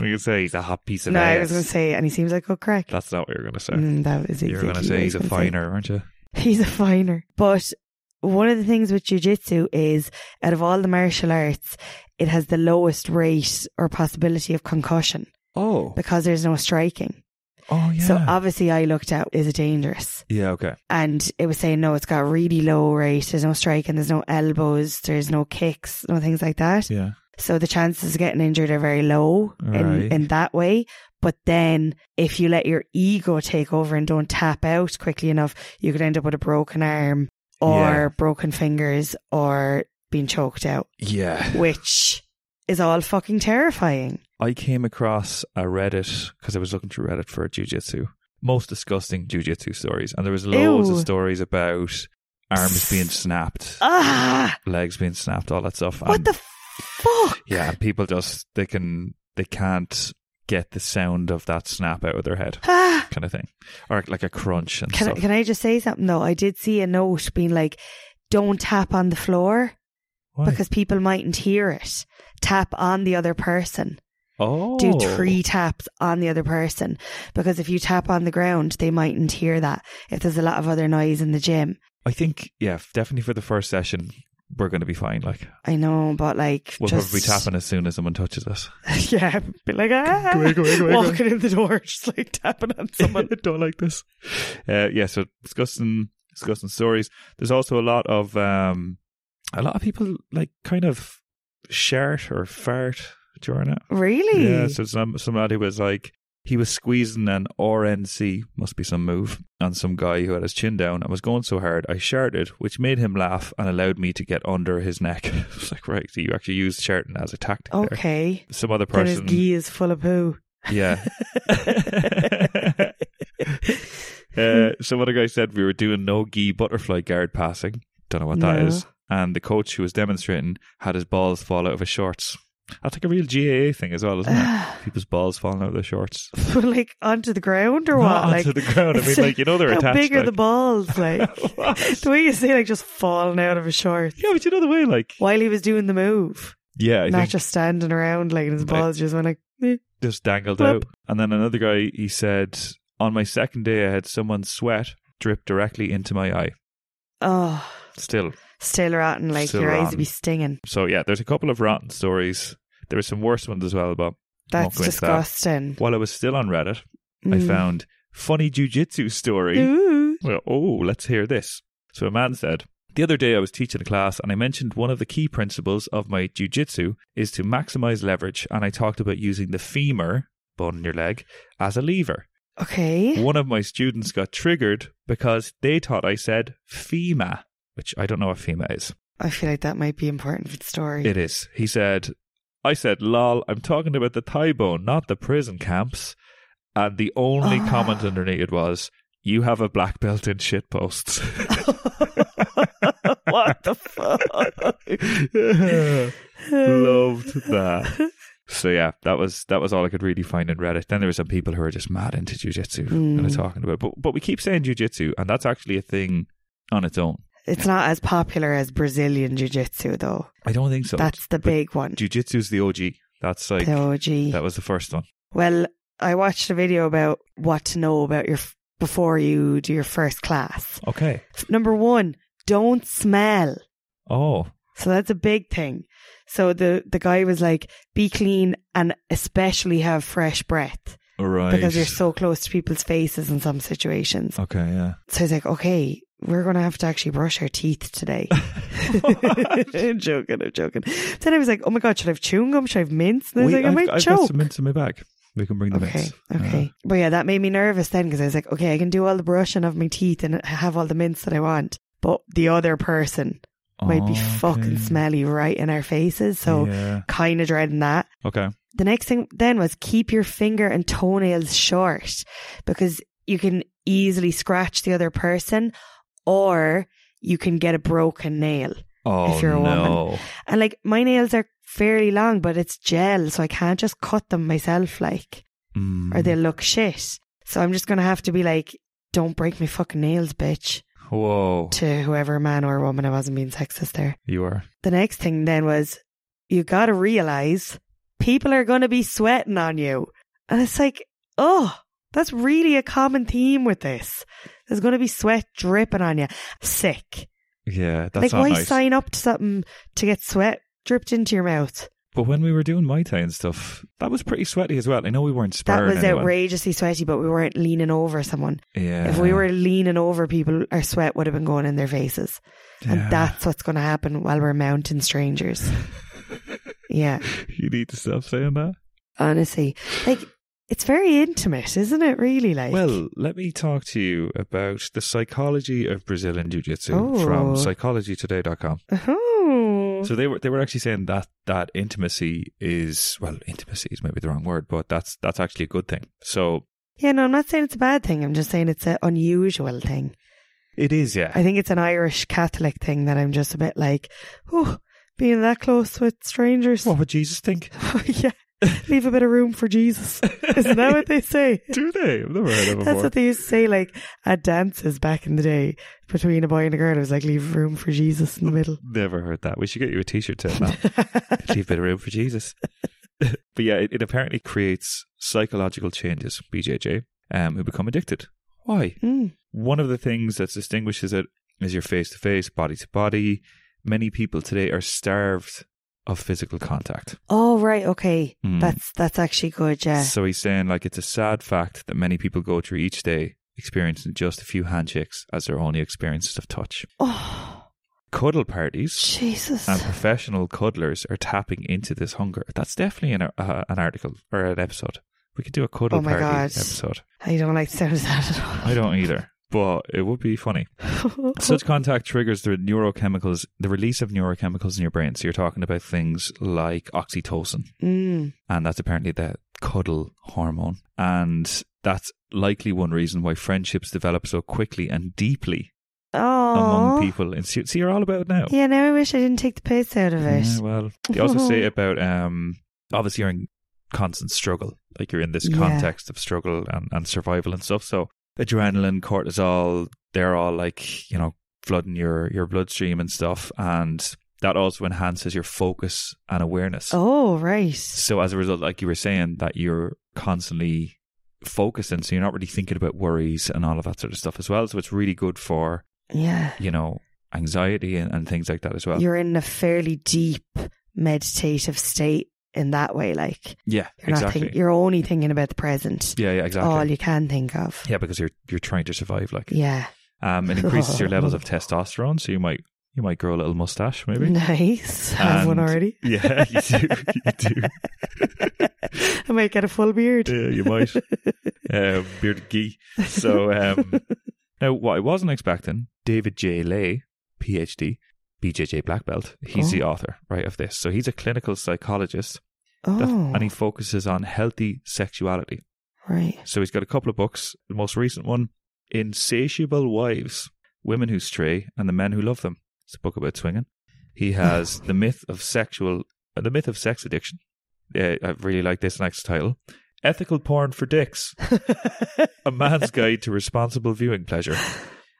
Speaker 2: We can say he's a hot piece of
Speaker 1: No, I
Speaker 2: ass.
Speaker 1: was gonna say and he seems like a crack.
Speaker 2: That's not what you're going to say.
Speaker 1: Mm, that was exactly
Speaker 2: You're going to
Speaker 1: what
Speaker 2: say
Speaker 1: I
Speaker 2: he's a
Speaker 1: was gonna
Speaker 2: finer, aren't you?
Speaker 1: say. He's a finer. But one of the things with jujitsu is out of all the martial arts, it has the lowest rate or possibility of concussion
Speaker 2: Oh.
Speaker 1: because there's no striking.
Speaker 2: Oh, yeah.
Speaker 1: So obviously I looked at is it dangerous?
Speaker 2: yeah, okay.
Speaker 1: and it was saying no, it's got a really low rate. There's no striking, there's no elbows, there's no kicks, no things like that.
Speaker 2: Yeah.
Speaker 1: So the chances of getting injured are very low in,
Speaker 2: Right.
Speaker 1: in that way. But then if you let your ego take over and don't tap out quickly enough, you could end up with a broken arm or
Speaker 2: Yeah.
Speaker 1: broken fingers or being choked out,
Speaker 2: Yeah.
Speaker 1: which is all fucking terrifying.
Speaker 2: I came across a Reddit because I was looking through Reddit for jujitsu. Most disgusting jujitsu stories, and there was loads
Speaker 1: Ew.
Speaker 2: of stories about arms
Speaker 1: (laughs)
Speaker 2: being snapped,
Speaker 1: Ah,
Speaker 2: legs being snapped, all that stuff.
Speaker 1: what
Speaker 2: and,
Speaker 1: the fuck?
Speaker 2: yeah, and people just they can they can't get the sound of that snap out of their head,
Speaker 1: Ah.
Speaker 2: kind of thing, or like a crunch and
Speaker 1: Can I,
Speaker 2: stuff.
Speaker 1: can I just say something though? I did see a note being like, "Don't tap on the floor
Speaker 2: Why?
Speaker 1: because people mightn't hear it. Tap on the other person.
Speaker 2: oh,
Speaker 1: Do three taps on the other person because if you tap on the ground, they mightn't hear that. If there's a lot of other noise in the gym,
Speaker 2: I think yeah, f- definitely for the first session. We're going to be fine. Like
Speaker 1: I know, but like,
Speaker 2: we'll
Speaker 1: just,
Speaker 2: probably be tapping as soon as someone touches us.
Speaker 1: (laughs) yeah, be like, ah,
Speaker 2: Go away, go away, go away, go away.
Speaker 1: walking in the door, (laughs) just like tapping on
Speaker 2: (laughs)
Speaker 1: someone.
Speaker 2: don't like this. Uh, yeah, so discussing discussing stories. There's also a lot of um, a lot of people like kind of shart or fart during it.
Speaker 1: really?
Speaker 2: Yeah, so some somebody was like he was squeezing an RNC, must be some move, on some guy who had his chin down and was going so hard I sharted, which made him laugh and allowed me to get under his neck. (laughs) I was like, right, so you actually used sharting as a tactic there.
Speaker 1: okay.
Speaker 2: Some other
Speaker 1: Then his (laughs)
Speaker 2: person,
Speaker 1: gi is full of poo.
Speaker 2: yeah. Uh, some other guy said we were doing no gi butterfly guard passing. Don't know what that
Speaker 1: No.
Speaker 2: is. And the coach who was demonstrating had his balls fall out of his shorts. That's like a real GAA thing as well,
Speaker 1: (sighs)
Speaker 2: isn't it? People's balls falling out of their shorts.
Speaker 1: (laughs) like onto the ground or what?
Speaker 2: Not onto
Speaker 1: like
Speaker 2: the ground. I mean,
Speaker 1: it's
Speaker 2: like, you know they're
Speaker 1: how
Speaker 2: attached.
Speaker 1: big are the
Speaker 2: like- (laughs)
Speaker 1: balls? Like (laughs)
Speaker 2: What?
Speaker 1: the way you say, like just falling out of his shorts
Speaker 2: Yeah, but you know the way, like,
Speaker 1: while he was doing the move,
Speaker 2: yeah, I
Speaker 1: not
Speaker 2: think
Speaker 1: just standing around like and his
Speaker 2: Right.
Speaker 1: balls just went like. eh.
Speaker 2: just dangled
Speaker 1: Blip.
Speaker 2: out. And then another guy, he said, on my second day, I had someone's sweat drip directly into my eye.
Speaker 1: Oh,
Speaker 2: Still,
Speaker 1: still rotten. Like
Speaker 2: Still
Speaker 1: your eyes
Speaker 2: rotten.
Speaker 1: would be stinging.
Speaker 2: So yeah, there's a couple of rotten stories. There were some worse ones as well, but Won't
Speaker 1: That's
Speaker 2: go into that.
Speaker 1: disgusting.
Speaker 2: while I was still on Reddit, I
Speaker 1: Mm.
Speaker 2: found funny jujitsu story.
Speaker 1: Ooh.
Speaker 2: Well, oh, let's hear this. So a man said, the other day I was teaching a class and I mentioned one of the key principles of my jujitsu is to maximize leverage and I talked about using the femur, bone in your leg, as a lever.
Speaker 1: Okay.
Speaker 2: One of my students got triggered because they thought I said FEMA, which I don't know what FEMA is.
Speaker 1: I feel like that might be important for the story. (laughs)
Speaker 2: It is. He said, I said, lol, I'm talking about the thigh bone, not the prison camps. And the only
Speaker 1: Ah.
Speaker 2: comment underneath it was, you have a black belt in shit posts.
Speaker 1: (laughs) what the fuck?
Speaker 2: (laughs) Loved that. So yeah, that was that was all I could really find in Reddit. Then there were some people who are just mad into jujitsu and are
Speaker 1: Mm.
Speaker 2: talking about. It. But but we keep saying jujitsu, and that's actually a thing on its own.
Speaker 1: It's not as popular as Brazilian Jiu Jitsu, though.
Speaker 2: I don't think so.
Speaker 1: That's the
Speaker 2: but
Speaker 1: big one.
Speaker 2: Jujitsu's the OG. That's like
Speaker 1: The OG.
Speaker 2: that was the first one.
Speaker 1: Well, I watched a video about what to know about your f- before you do your first class.
Speaker 2: Okay.
Speaker 1: F- Number one, don't smell.
Speaker 2: Oh,
Speaker 1: So that's a big thing. So the the guy was like, be clean and especially have fresh breath
Speaker 2: right.
Speaker 1: because you're so close to people's faces in some situations.
Speaker 2: Okay,
Speaker 1: (laughs)
Speaker 2: yeah.
Speaker 1: So I was like, okay, we're going to have to actually brush our teeth
Speaker 2: (laughs)
Speaker 1: today. (laughs) I'm joking, I'm joking. Then I was like, oh my God, should I have chewing gum? Should I have mints? And I was like, I might
Speaker 2: I've
Speaker 1: choke.
Speaker 2: got some mints in my bag. We can bring the
Speaker 1: Okay,
Speaker 2: mints.
Speaker 1: okay. But yeah, that made me nervous then because I was like, okay, I can do all the brushing of my teeth and have all the mints that I want. But the other person
Speaker 2: Uh,
Speaker 1: might be
Speaker 2: okay.
Speaker 1: fucking smelly right in our faces. So
Speaker 2: yeah.
Speaker 1: kind of dreading that.
Speaker 2: okay.
Speaker 1: The next thing then was keep your finger and toenails short because you can easily scratch the other person or you can get a broken nail.
Speaker 2: Oh
Speaker 1: you're a woman.
Speaker 2: no.
Speaker 1: And like my nails are fairly long, but it's gel, so I can't just cut them myself. Like,
Speaker 2: Mm.
Speaker 1: or they'll look shit. So I'm just going to have to be like, don't break my fucking nails, bitch,
Speaker 2: Whoa,
Speaker 1: to whoever, man or woman, I wasn't being sexist there.
Speaker 2: you are.
Speaker 1: The next thing then was, you got to realize people are going to be sweating on you. And it's like, oh, that's really a common theme with this. There's going to be sweat dripping on you. Sick.
Speaker 2: Yeah, that's
Speaker 1: like,
Speaker 2: not
Speaker 1: why
Speaker 2: nice.
Speaker 1: sign up to something to get sweat dripped into your mouth?
Speaker 2: but when we were doing Mai Tai and stuff, that was pretty sweaty as well. I know we weren't
Speaker 1: That
Speaker 2: sparring.
Speaker 1: was
Speaker 2: anyone.
Speaker 1: outrageously sweaty, but we weren't leaning over someone.
Speaker 2: Yeah.
Speaker 1: If we were leaning over people, our sweat would have been going in their faces.
Speaker 2: Yeah.
Speaker 1: And that's what's going to happen while we're mounting
Speaker 2: (laughs)
Speaker 1: strangers. yeah,
Speaker 2: (laughs) You need to stop saying that.
Speaker 1: honestly. Like, it's very intimate, isn't it, really? Like,
Speaker 2: Well, let me talk to you about the psychology of Brazilian Jiu Jitsu
Speaker 1: Oh.
Speaker 2: from psychologytoday.com.
Speaker 1: oh,
Speaker 2: So they were they were actually saying that that intimacy is well, intimacy is maybe the wrong word, but that's that's actually a good thing. So
Speaker 1: yeah, no, I'm not saying it's a bad thing. I'm just saying it's an unusual thing.
Speaker 2: it is, yeah.
Speaker 1: I think it's an Irish Catholic thing that I'm just a bit like, oh, being that close with strangers.
Speaker 2: (laughs) what would Jesus think?
Speaker 1: (laughs) yeah, leave a bit of room for
Speaker 2: (laughs)
Speaker 1: Jesus. Isn't that what they say?
Speaker 2: Do they? I've never heard of it
Speaker 1: That's
Speaker 2: before.
Speaker 1: what they used to say, like at dances back in the day between a boy and a girl. It was like leave room for Jesus in the middle. (laughs)
Speaker 2: Never heard that. We should get you a T-shirt to (laughs) that. Leave a bit of room for Jesus. (laughs) but yeah, it, it apparently creates psychological changes. BJJ, um, who become addicted. Why?
Speaker 1: Mm.
Speaker 2: One of the things that distinguishes it is your face to face, body to body. Many people today are starved of physical contact.
Speaker 1: Oh right, okay.
Speaker 2: Mm.
Speaker 1: That's that's actually good. Yeah,
Speaker 2: So he's saying like it's a sad fact that many people go through each day experiencing just a few handshakes as their only experiences of touch.
Speaker 1: Oh
Speaker 2: Cuddle parties.
Speaker 1: Jesus.
Speaker 2: and professional cuddlers are tapping into this hunger. That's definitely an uh, an article or an episode. We could do a cuddle
Speaker 1: Oh my
Speaker 2: party
Speaker 1: God.
Speaker 2: episode.
Speaker 1: I Oh, don't like the sound of that at all.
Speaker 2: I don't either, but it would be funny.
Speaker 1: (laughs)
Speaker 2: Such contact triggers the neurochemicals, the release of neurochemicals in your brain. So you're talking about things like oxytocin,
Speaker 1: Mm.
Speaker 2: and that's apparently the cuddle hormone. And that's likely one reason why friendships develop so quickly and deeply among
Speaker 1: Oh.
Speaker 2: people. And see, see, you're all about it now.
Speaker 1: Yeah, now I wish I didn't take the piss out of it.
Speaker 2: Yeah, well, they also
Speaker 1: (laughs)
Speaker 2: say about um, obviously you're in constant struggle, like you're in this
Speaker 1: Yeah.
Speaker 2: context of struggle and, and survival and stuff. So adrenaline, cortisol, they're all like you know flooding your your bloodstream and stuff, and that also enhances your focus and awareness.
Speaker 1: Oh, right.
Speaker 2: So as a result, like you were saying, that you're constantly focusing, so you're not really thinking about worries and all of that sort of stuff as well. So it's really good for
Speaker 1: Yeah.
Speaker 2: you know anxiety and, and things like that as well.
Speaker 1: You're in a fairly deep meditative state in that way. Like,
Speaker 2: yeah,
Speaker 1: you're, not
Speaker 2: exactly.
Speaker 1: think- you're only thinking about the present.
Speaker 2: yeah, yeah, exactly.
Speaker 1: All you can think of.
Speaker 2: Yeah, because you're you're trying to survive. Like,
Speaker 1: Yeah.
Speaker 2: um, it increases your
Speaker 1: (laughs)
Speaker 2: levels of testosterone, so you might you might grow a little mustache, maybe.
Speaker 1: Nice. Have one
Speaker 2: And-
Speaker 1: already.
Speaker 2: Yeah, (laughs) you do. You do.
Speaker 1: (laughs) I might get a full beard.
Speaker 2: Yeah, you might. Uh, bearded gee.
Speaker 1: (laughs)
Speaker 2: So um, now, what I wasn't expecting, David J. Lay, PhD, BJJ black belt. He's the author, right, of this. So he's a clinical psychologist, that-
Speaker 1: Oh,
Speaker 2: and he focuses on healthy sexuality.
Speaker 1: right.
Speaker 2: So he's got a couple of books. The most recent one, Insatiable Wives Women Who Stray and the Men Who Love Them. It's a book about swinging.
Speaker 1: (laughs)
Speaker 2: He has The Myth of Sexual, uh, The Myth of Sex Addiction. Yeah, I really like this next title. Ethical Porn for Dicks
Speaker 1: (laughs)
Speaker 2: A Man's Guide to Responsible Viewing Pleasure.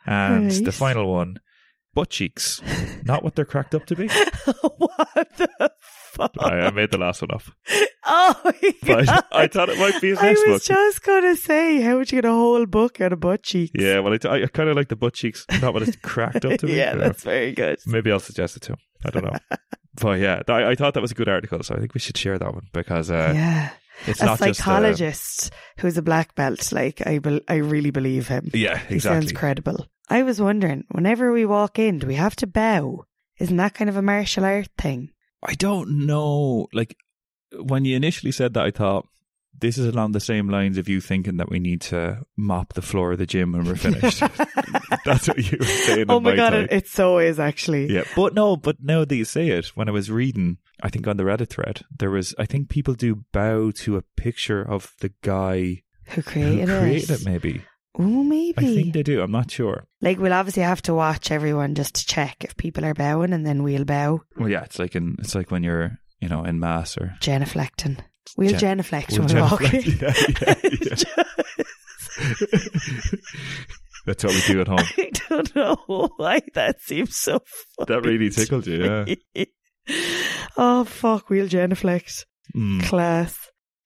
Speaker 2: And the
Speaker 1: Right.
Speaker 2: final one, Butt Cheeks. Not what they're cracked up
Speaker 1: (laughs)
Speaker 2: to be.
Speaker 1: what the fuck?
Speaker 2: I, I made the last one up.
Speaker 1: oh, (laughs) my
Speaker 2: But
Speaker 1: God.
Speaker 2: I, I thought it might be his
Speaker 1: I
Speaker 2: next book.
Speaker 1: was just gonna say, how would you get a whole book out of butt cheeks? (laughs)
Speaker 2: Yeah, well, I, t- I kind of like the butt cheeks, not what it's cracked up to be.
Speaker 1: yeah,
Speaker 2: but, uh,
Speaker 1: that's very good.
Speaker 2: Maybe I'll suggest it to him. I
Speaker 1: (laughs)
Speaker 2: don't know. but yeah, th- I, I thought that was a good article, so I think we should share that one because uh,
Speaker 1: yeah,
Speaker 2: it's
Speaker 1: a
Speaker 2: not just. uh,
Speaker 1: psychologist who's a black belt. Like I, bel I really believe him.
Speaker 2: yeah,
Speaker 1: He sounds
Speaker 2: exactly.
Speaker 1: credible. I was wondering, whenever we walk in, do we have to bow? Isn't that kind of a martial art
Speaker 2: (laughs)
Speaker 1: thing?
Speaker 2: I don't know. Like when you initially said that, I thought this is along the same lines of you thinking that we need to mop the floor of the gym when we're
Speaker 1: (laughs)
Speaker 2: finished. (laughs) That's what you were saying.
Speaker 1: oh
Speaker 2: in
Speaker 1: my god,
Speaker 2: time.
Speaker 1: it, it so is actually.
Speaker 2: Yeah, but no, but now that you say it, when I was reading, I think on the Reddit thread, there was, I think people do bow to a picture of the guy
Speaker 1: Who created
Speaker 2: who created
Speaker 1: it?
Speaker 2: it, maybe.
Speaker 1: Oh, maybe.
Speaker 2: I think they do. I'm not sure.
Speaker 1: Like we'll obviously have to watch everyone just to check if people are bowing, and then we'll bow.
Speaker 2: Well, yeah, it's like in it's like when you're you know in mass or
Speaker 1: Genuflecting. We'll
Speaker 2: Gen-
Speaker 1: genuflect
Speaker 2: We'll
Speaker 1: when we're
Speaker 2: (laughs)
Speaker 1: walking. (laughs)
Speaker 2: genuflect. Yeah, (laughs) that's what we do at home.
Speaker 1: I don't know why that seems so funny.
Speaker 2: That
Speaker 1: (laughs)
Speaker 2: really tickled you, yeah.
Speaker 1: oh fuck, we'll genuflect.
Speaker 2: Mm,
Speaker 1: Class.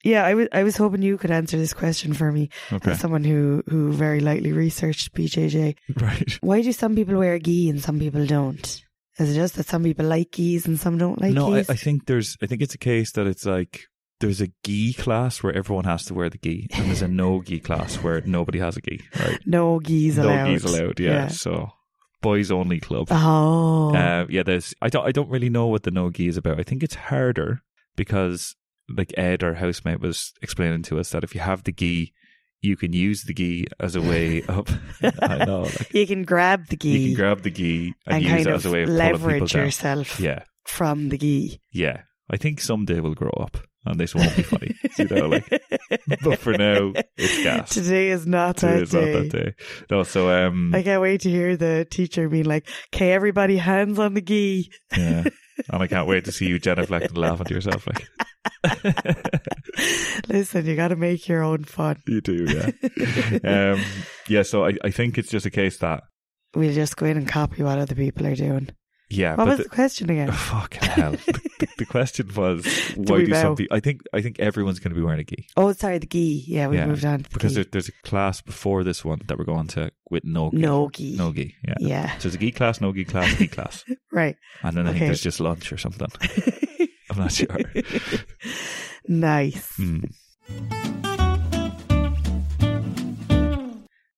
Speaker 1: Yeah, I was I was hoping you could answer this question for me
Speaker 2: okay,
Speaker 1: as someone who who very lightly researched BJJ.
Speaker 2: (laughs) right.
Speaker 1: Why do some people wear gi and some people don't? Is it just that some people like gis and some don't like
Speaker 2: no, I,
Speaker 1: gis?
Speaker 2: I think there's. I think it's a case that it's like there's a gi class where everyone has to wear the gi, and there's
Speaker 1: (laughs)
Speaker 2: a no gi class where nobody has a gi. Right?
Speaker 1: no gis
Speaker 2: no
Speaker 1: allowed.
Speaker 2: gi's allowed. Yeah. So boys only club.
Speaker 1: Yeah. Oh.
Speaker 2: Uh, yeah, there's. I don't. I don't really know what the no gi is about. I think it's harder because, like Ed, our housemate, was explaining to us that if you have the gi, you can use the gi as
Speaker 1: (laughs)
Speaker 2: a way of. I know. Like,
Speaker 1: you can grab the gi
Speaker 2: you can grab the gi and,
Speaker 1: and
Speaker 2: use
Speaker 1: kind
Speaker 2: it as
Speaker 1: of
Speaker 2: a way of pulling people
Speaker 1: leverage
Speaker 2: down.
Speaker 1: yourself
Speaker 2: Yeah,
Speaker 1: from the gi.
Speaker 2: yeah. I think someday we'll grow up and this won't be funny. you know,
Speaker 1: (laughs)
Speaker 2: like. But for now, it's gas.
Speaker 1: Today is not
Speaker 2: Today
Speaker 1: that
Speaker 2: is
Speaker 1: day.
Speaker 2: not that day. No, so um,
Speaker 1: I can't wait to hear the teacher being like, "Okay, everybody, hands on the gi."
Speaker 2: yeah. And I can't wait to see you genuflect and laughing to yourself. Like
Speaker 1: (laughs) Listen, you got to make your own fun.
Speaker 2: you do,
Speaker 1: (laughs)
Speaker 2: yeah. um, yeah, so I, I think it's just a case that
Speaker 1: We'll just go in and copy what other people are doing.
Speaker 2: yeah,
Speaker 1: What
Speaker 2: but
Speaker 1: was
Speaker 2: the,
Speaker 1: the question
Speaker 2: (laughs)
Speaker 1: again? (laughs)
Speaker 2: fucking hell. the, the question was why
Speaker 1: we
Speaker 2: do
Speaker 1: bow?
Speaker 2: some people? I think I think everyone's going to be wearing a gi
Speaker 1: Oh, sorry, the gi. Yeah, we
Speaker 2: Yeah,
Speaker 1: moved on to the
Speaker 2: because
Speaker 1: gi.
Speaker 2: there, there's a class before this one that we're going to with no gi.
Speaker 1: no gi.
Speaker 2: no gi. Yeah.
Speaker 1: Yeah,
Speaker 2: So there's a gi class, no gi class, gi class,
Speaker 1: right.
Speaker 2: and then I think
Speaker 1: Okay.
Speaker 2: there's just lunch
Speaker 1: (laughs)
Speaker 2: or something. I'm not sure.
Speaker 1: nice.
Speaker 2: Hmm.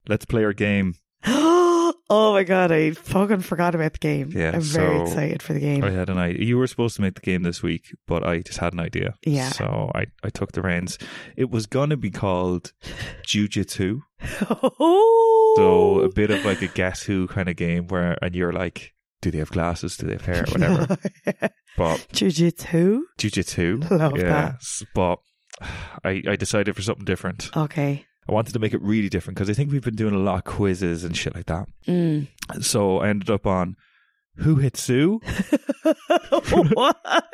Speaker 2: Let's play our game.
Speaker 1: (gasps) oh my god, I fucking forgot about the game.
Speaker 2: Yeah,
Speaker 1: I'm very
Speaker 2: so-
Speaker 1: excited for the game.
Speaker 2: I had an idea. You were supposed to make the game this week, but I just had an idea.
Speaker 1: Yeah.
Speaker 2: So I, I took the reins. It was going to be called
Speaker 1: (laughs)
Speaker 2: Jujitsu.
Speaker 1: (laughs) oh,
Speaker 2: So a
Speaker 1: (laughs)
Speaker 2: bit of like a guess who kind of game where, and you're like, do they have glasses? Do they
Speaker 1: (laughs)
Speaker 2: have hair? Whatever. but
Speaker 1: Jujitsu.
Speaker 2: Jujitsu.
Speaker 1: Love that.
Speaker 2: yes. But I, I decided for something different.
Speaker 1: Okay.
Speaker 2: I wanted to make it really different because I think we've been doing a lot of quizzes and shit like that.
Speaker 1: Mm. (laughs)
Speaker 2: So I ended up on Who Hits Who?
Speaker 1: what?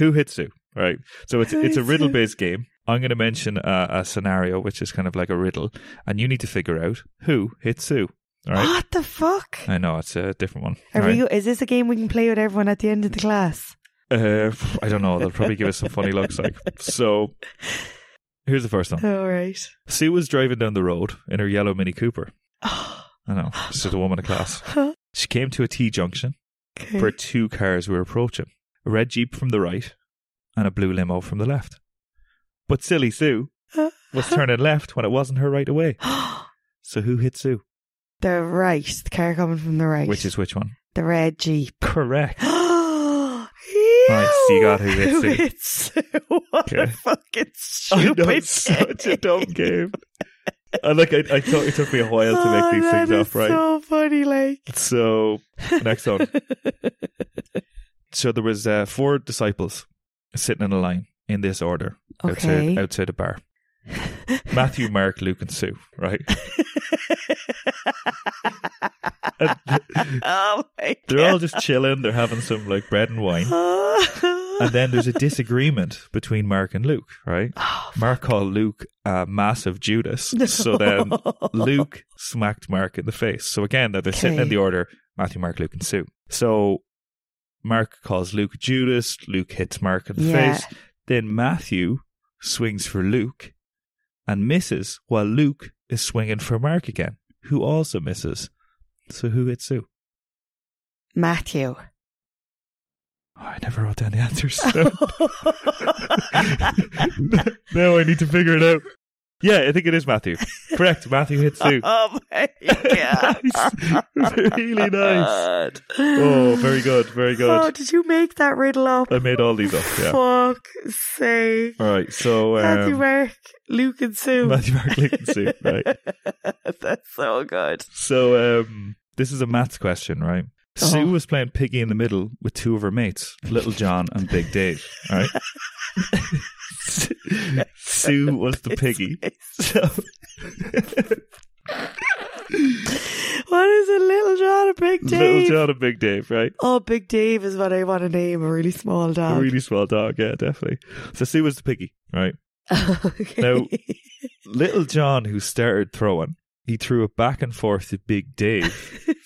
Speaker 2: Who Hits Who? Right. So it's
Speaker 1: Who
Speaker 2: it's a
Speaker 1: Hits Who?
Speaker 2: riddle based game. I'm going to mention a, a scenario which is kind of like a riddle, and you need to figure out who hits who.
Speaker 1: (gasps)
Speaker 2: All right.
Speaker 1: What the fuck?
Speaker 2: I know it's a different one.
Speaker 1: Are
Speaker 2: All right.
Speaker 1: we, is this a game we can play with everyone at the end of the class?
Speaker 2: Uh, pff, I don't know. They'll probably give us some funny
Speaker 1: (laughs)
Speaker 2: looks. Like so. Here's the first one.
Speaker 1: All right.
Speaker 2: Sue was driving down the road in her yellow Mini Cooper. I know. She's a woman of class. She came to a T junction
Speaker 1: (gasps) Okay.
Speaker 2: where two cars were approaching a red Jeep from the right and a blue limo from the left. But
Speaker 1: (laughs)
Speaker 2: silly Sue was turning left when it wasn't her right away. So who hit Sue?
Speaker 1: (gasps) the right, the car coming from the right,
Speaker 2: Which is which one?
Speaker 1: the red jeep.
Speaker 2: (gasps) Correct.
Speaker 1: Nice,
Speaker 2: you got who hits who.
Speaker 1: it's (laughs) what a
Speaker 2: Okay.
Speaker 1: fucking
Speaker 2: (laughs) I
Speaker 1: stupid
Speaker 2: know, it's such a dumb game. And like I, I thought it took me a while to
Speaker 1: Oh,
Speaker 2: make these things up, right?
Speaker 1: So funny, like
Speaker 2: So
Speaker 1: (laughs)
Speaker 2: next one. so there was uh, four disciples sitting in a line in this order
Speaker 1: Okay.
Speaker 2: outside outside a bar. Matthew, Mark, Luke, and Sue. Right? And
Speaker 1: oh my
Speaker 2: they're all just chilling. They're having some like bread and
Speaker 1: (laughs)
Speaker 2: wine, and
Speaker 1: god.
Speaker 2: then there's a
Speaker 1: (laughs)
Speaker 2: disagreement between Mark and Luke. Right?
Speaker 1: Oh,
Speaker 2: Mark called Luke a massive Judas, so then Luke smacked Mark in the face. So again, that they're sitting in
Speaker 1: Okay.
Speaker 2: the order Matthew, Mark, Luke, and Sue. So Mark calls Luke Judas. Luke hits Mark in the
Speaker 1: Yeah.
Speaker 2: face. Then Matthew swings for Luke and misses, while Luke is swinging for Mark again, who also misses. So who hits who? (laughs)
Speaker 1: Matthew.
Speaker 2: Oh, I never wrote down
Speaker 1: (laughs)
Speaker 2: the answers. (laughs) now I need to figure it out. Yeah, I think it is Matthew. Correct. Matthew hits
Speaker 1: (laughs)
Speaker 2: Sue.
Speaker 1: Oh my
Speaker 2: (laughs)
Speaker 1: god.
Speaker 2: Nice. Really nice. Oh, very good, very
Speaker 1: Oh,
Speaker 2: good.
Speaker 1: did you make that riddle up?
Speaker 2: I made all these up. Yeah.
Speaker 1: Fuck sake.
Speaker 2: All right. So
Speaker 1: Matthew,
Speaker 2: um,
Speaker 1: Mark, Luke, and Sue.
Speaker 2: Matthew Mark Lincoln suit. Right.
Speaker 1: (laughs) That's so good.
Speaker 2: So um, this is a maths question, right? Sue
Speaker 1: Oh.
Speaker 2: was playing Piggy in the Middle with two of her mates, Little John and Big Dave.
Speaker 1: (laughs)
Speaker 2: All right. (laughs) Sue was the
Speaker 1: (laughs)
Speaker 2: piggy. So
Speaker 1: What is it, Little John and Big Dave?
Speaker 2: Little John and Big Dave, right?
Speaker 1: Oh, Big Dave is what I want to name a really small
Speaker 2: A
Speaker 1: dog.
Speaker 2: really small dog, yeah, definitely. So Sue was the piggy, right?
Speaker 1: (laughs) okay.
Speaker 2: No. Little John, who started throwing, he threw it back and forth to Big
Speaker 1: (laughs)
Speaker 2: Dave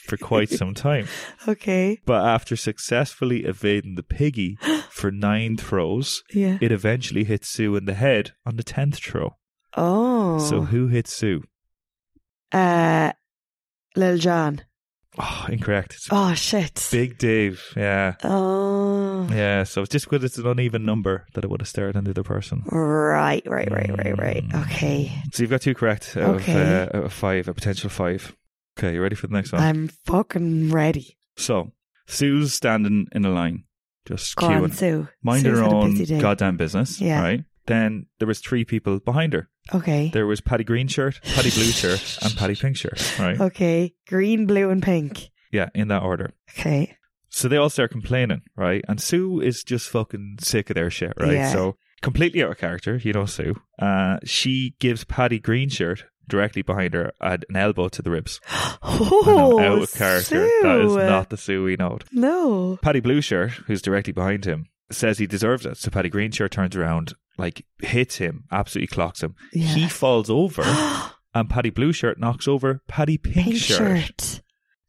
Speaker 2: for quite some time.
Speaker 1: Okay.
Speaker 2: But after successfully evading the piggy for nine throws,
Speaker 1: Yeah.
Speaker 2: it eventually hit Sue in the head on the tenth throw.
Speaker 1: Oh.
Speaker 2: So who hit Sue?
Speaker 1: uh, Little John.
Speaker 2: Oh, incorrect. It's
Speaker 1: Oh shit.
Speaker 2: Big Dave. Yeah.
Speaker 1: oh.
Speaker 2: Yeah. So it's just because it's an uneven number that it would have started another person.
Speaker 1: Right. Right. Right. Right. Right.
Speaker 2: Mm.
Speaker 1: Okay.
Speaker 2: So you've got two correct out,
Speaker 1: Okay.
Speaker 2: of, uh, out of five, a potential five. Okay, you ready for the next one?
Speaker 1: I'm fucking ready.
Speaker 2: so Sue's standing in a line, just
Speaker 1: Go
Speaker 2: queuing.
Speaker 1: on, Sue.
Speaker 2: mind
Speaker 1: Sue's
Speaker 2: her
Speaker 1: had a
Speaker 2: own
Speaker 1: busy day.
Speaker 2: goddamn business,
Speaker 1: Yeah.
Speaker 2: right? Then there was three people behind her.
Speaker 1: Okay.
Speaker 2: There was Patty Green shirt,
Speaker 1: (laughs)
Speaker 2: Patty Blue shirt, and Patty Pink shirt,
Speaker 1: Oh.
Speaker 2: right?
Speaker 1: Okay. Green, blue, and pink.
Speaker 2: Yeah, in that order.
Speaker 1: Okay.
Speaker 2: So they all start complaining, right? And Sue is just fucking sick of their shit, right?
Speaker 1: Yeah.
Speaker 2: So completely out of character, you know, Sue. Uh, she gives Patty Green shirt directly behind her at an elbow to the ribs. I know,
Speaker 1: Oh,
Speaker 2: out of character. That is
Speaker 1: Sue.
Speaker 2: not the Sue we know.
Speaker 1: No.
Speaker 2: Paddy Blue Shirt, who's directly behind him, says he deserves it. So Paddy Green Shirt turns around, like hits him, absolutely clocks him.
Speaker 1: Yeah.
Speaker 2: He falls
Speaker 1: (gasps)
Speaker 2: over, and Paddy Blue Shirt knocks over Paddy Pink,
Speaker 1: Pink
Speaker 2: shirt.
Speaker 1: shirt.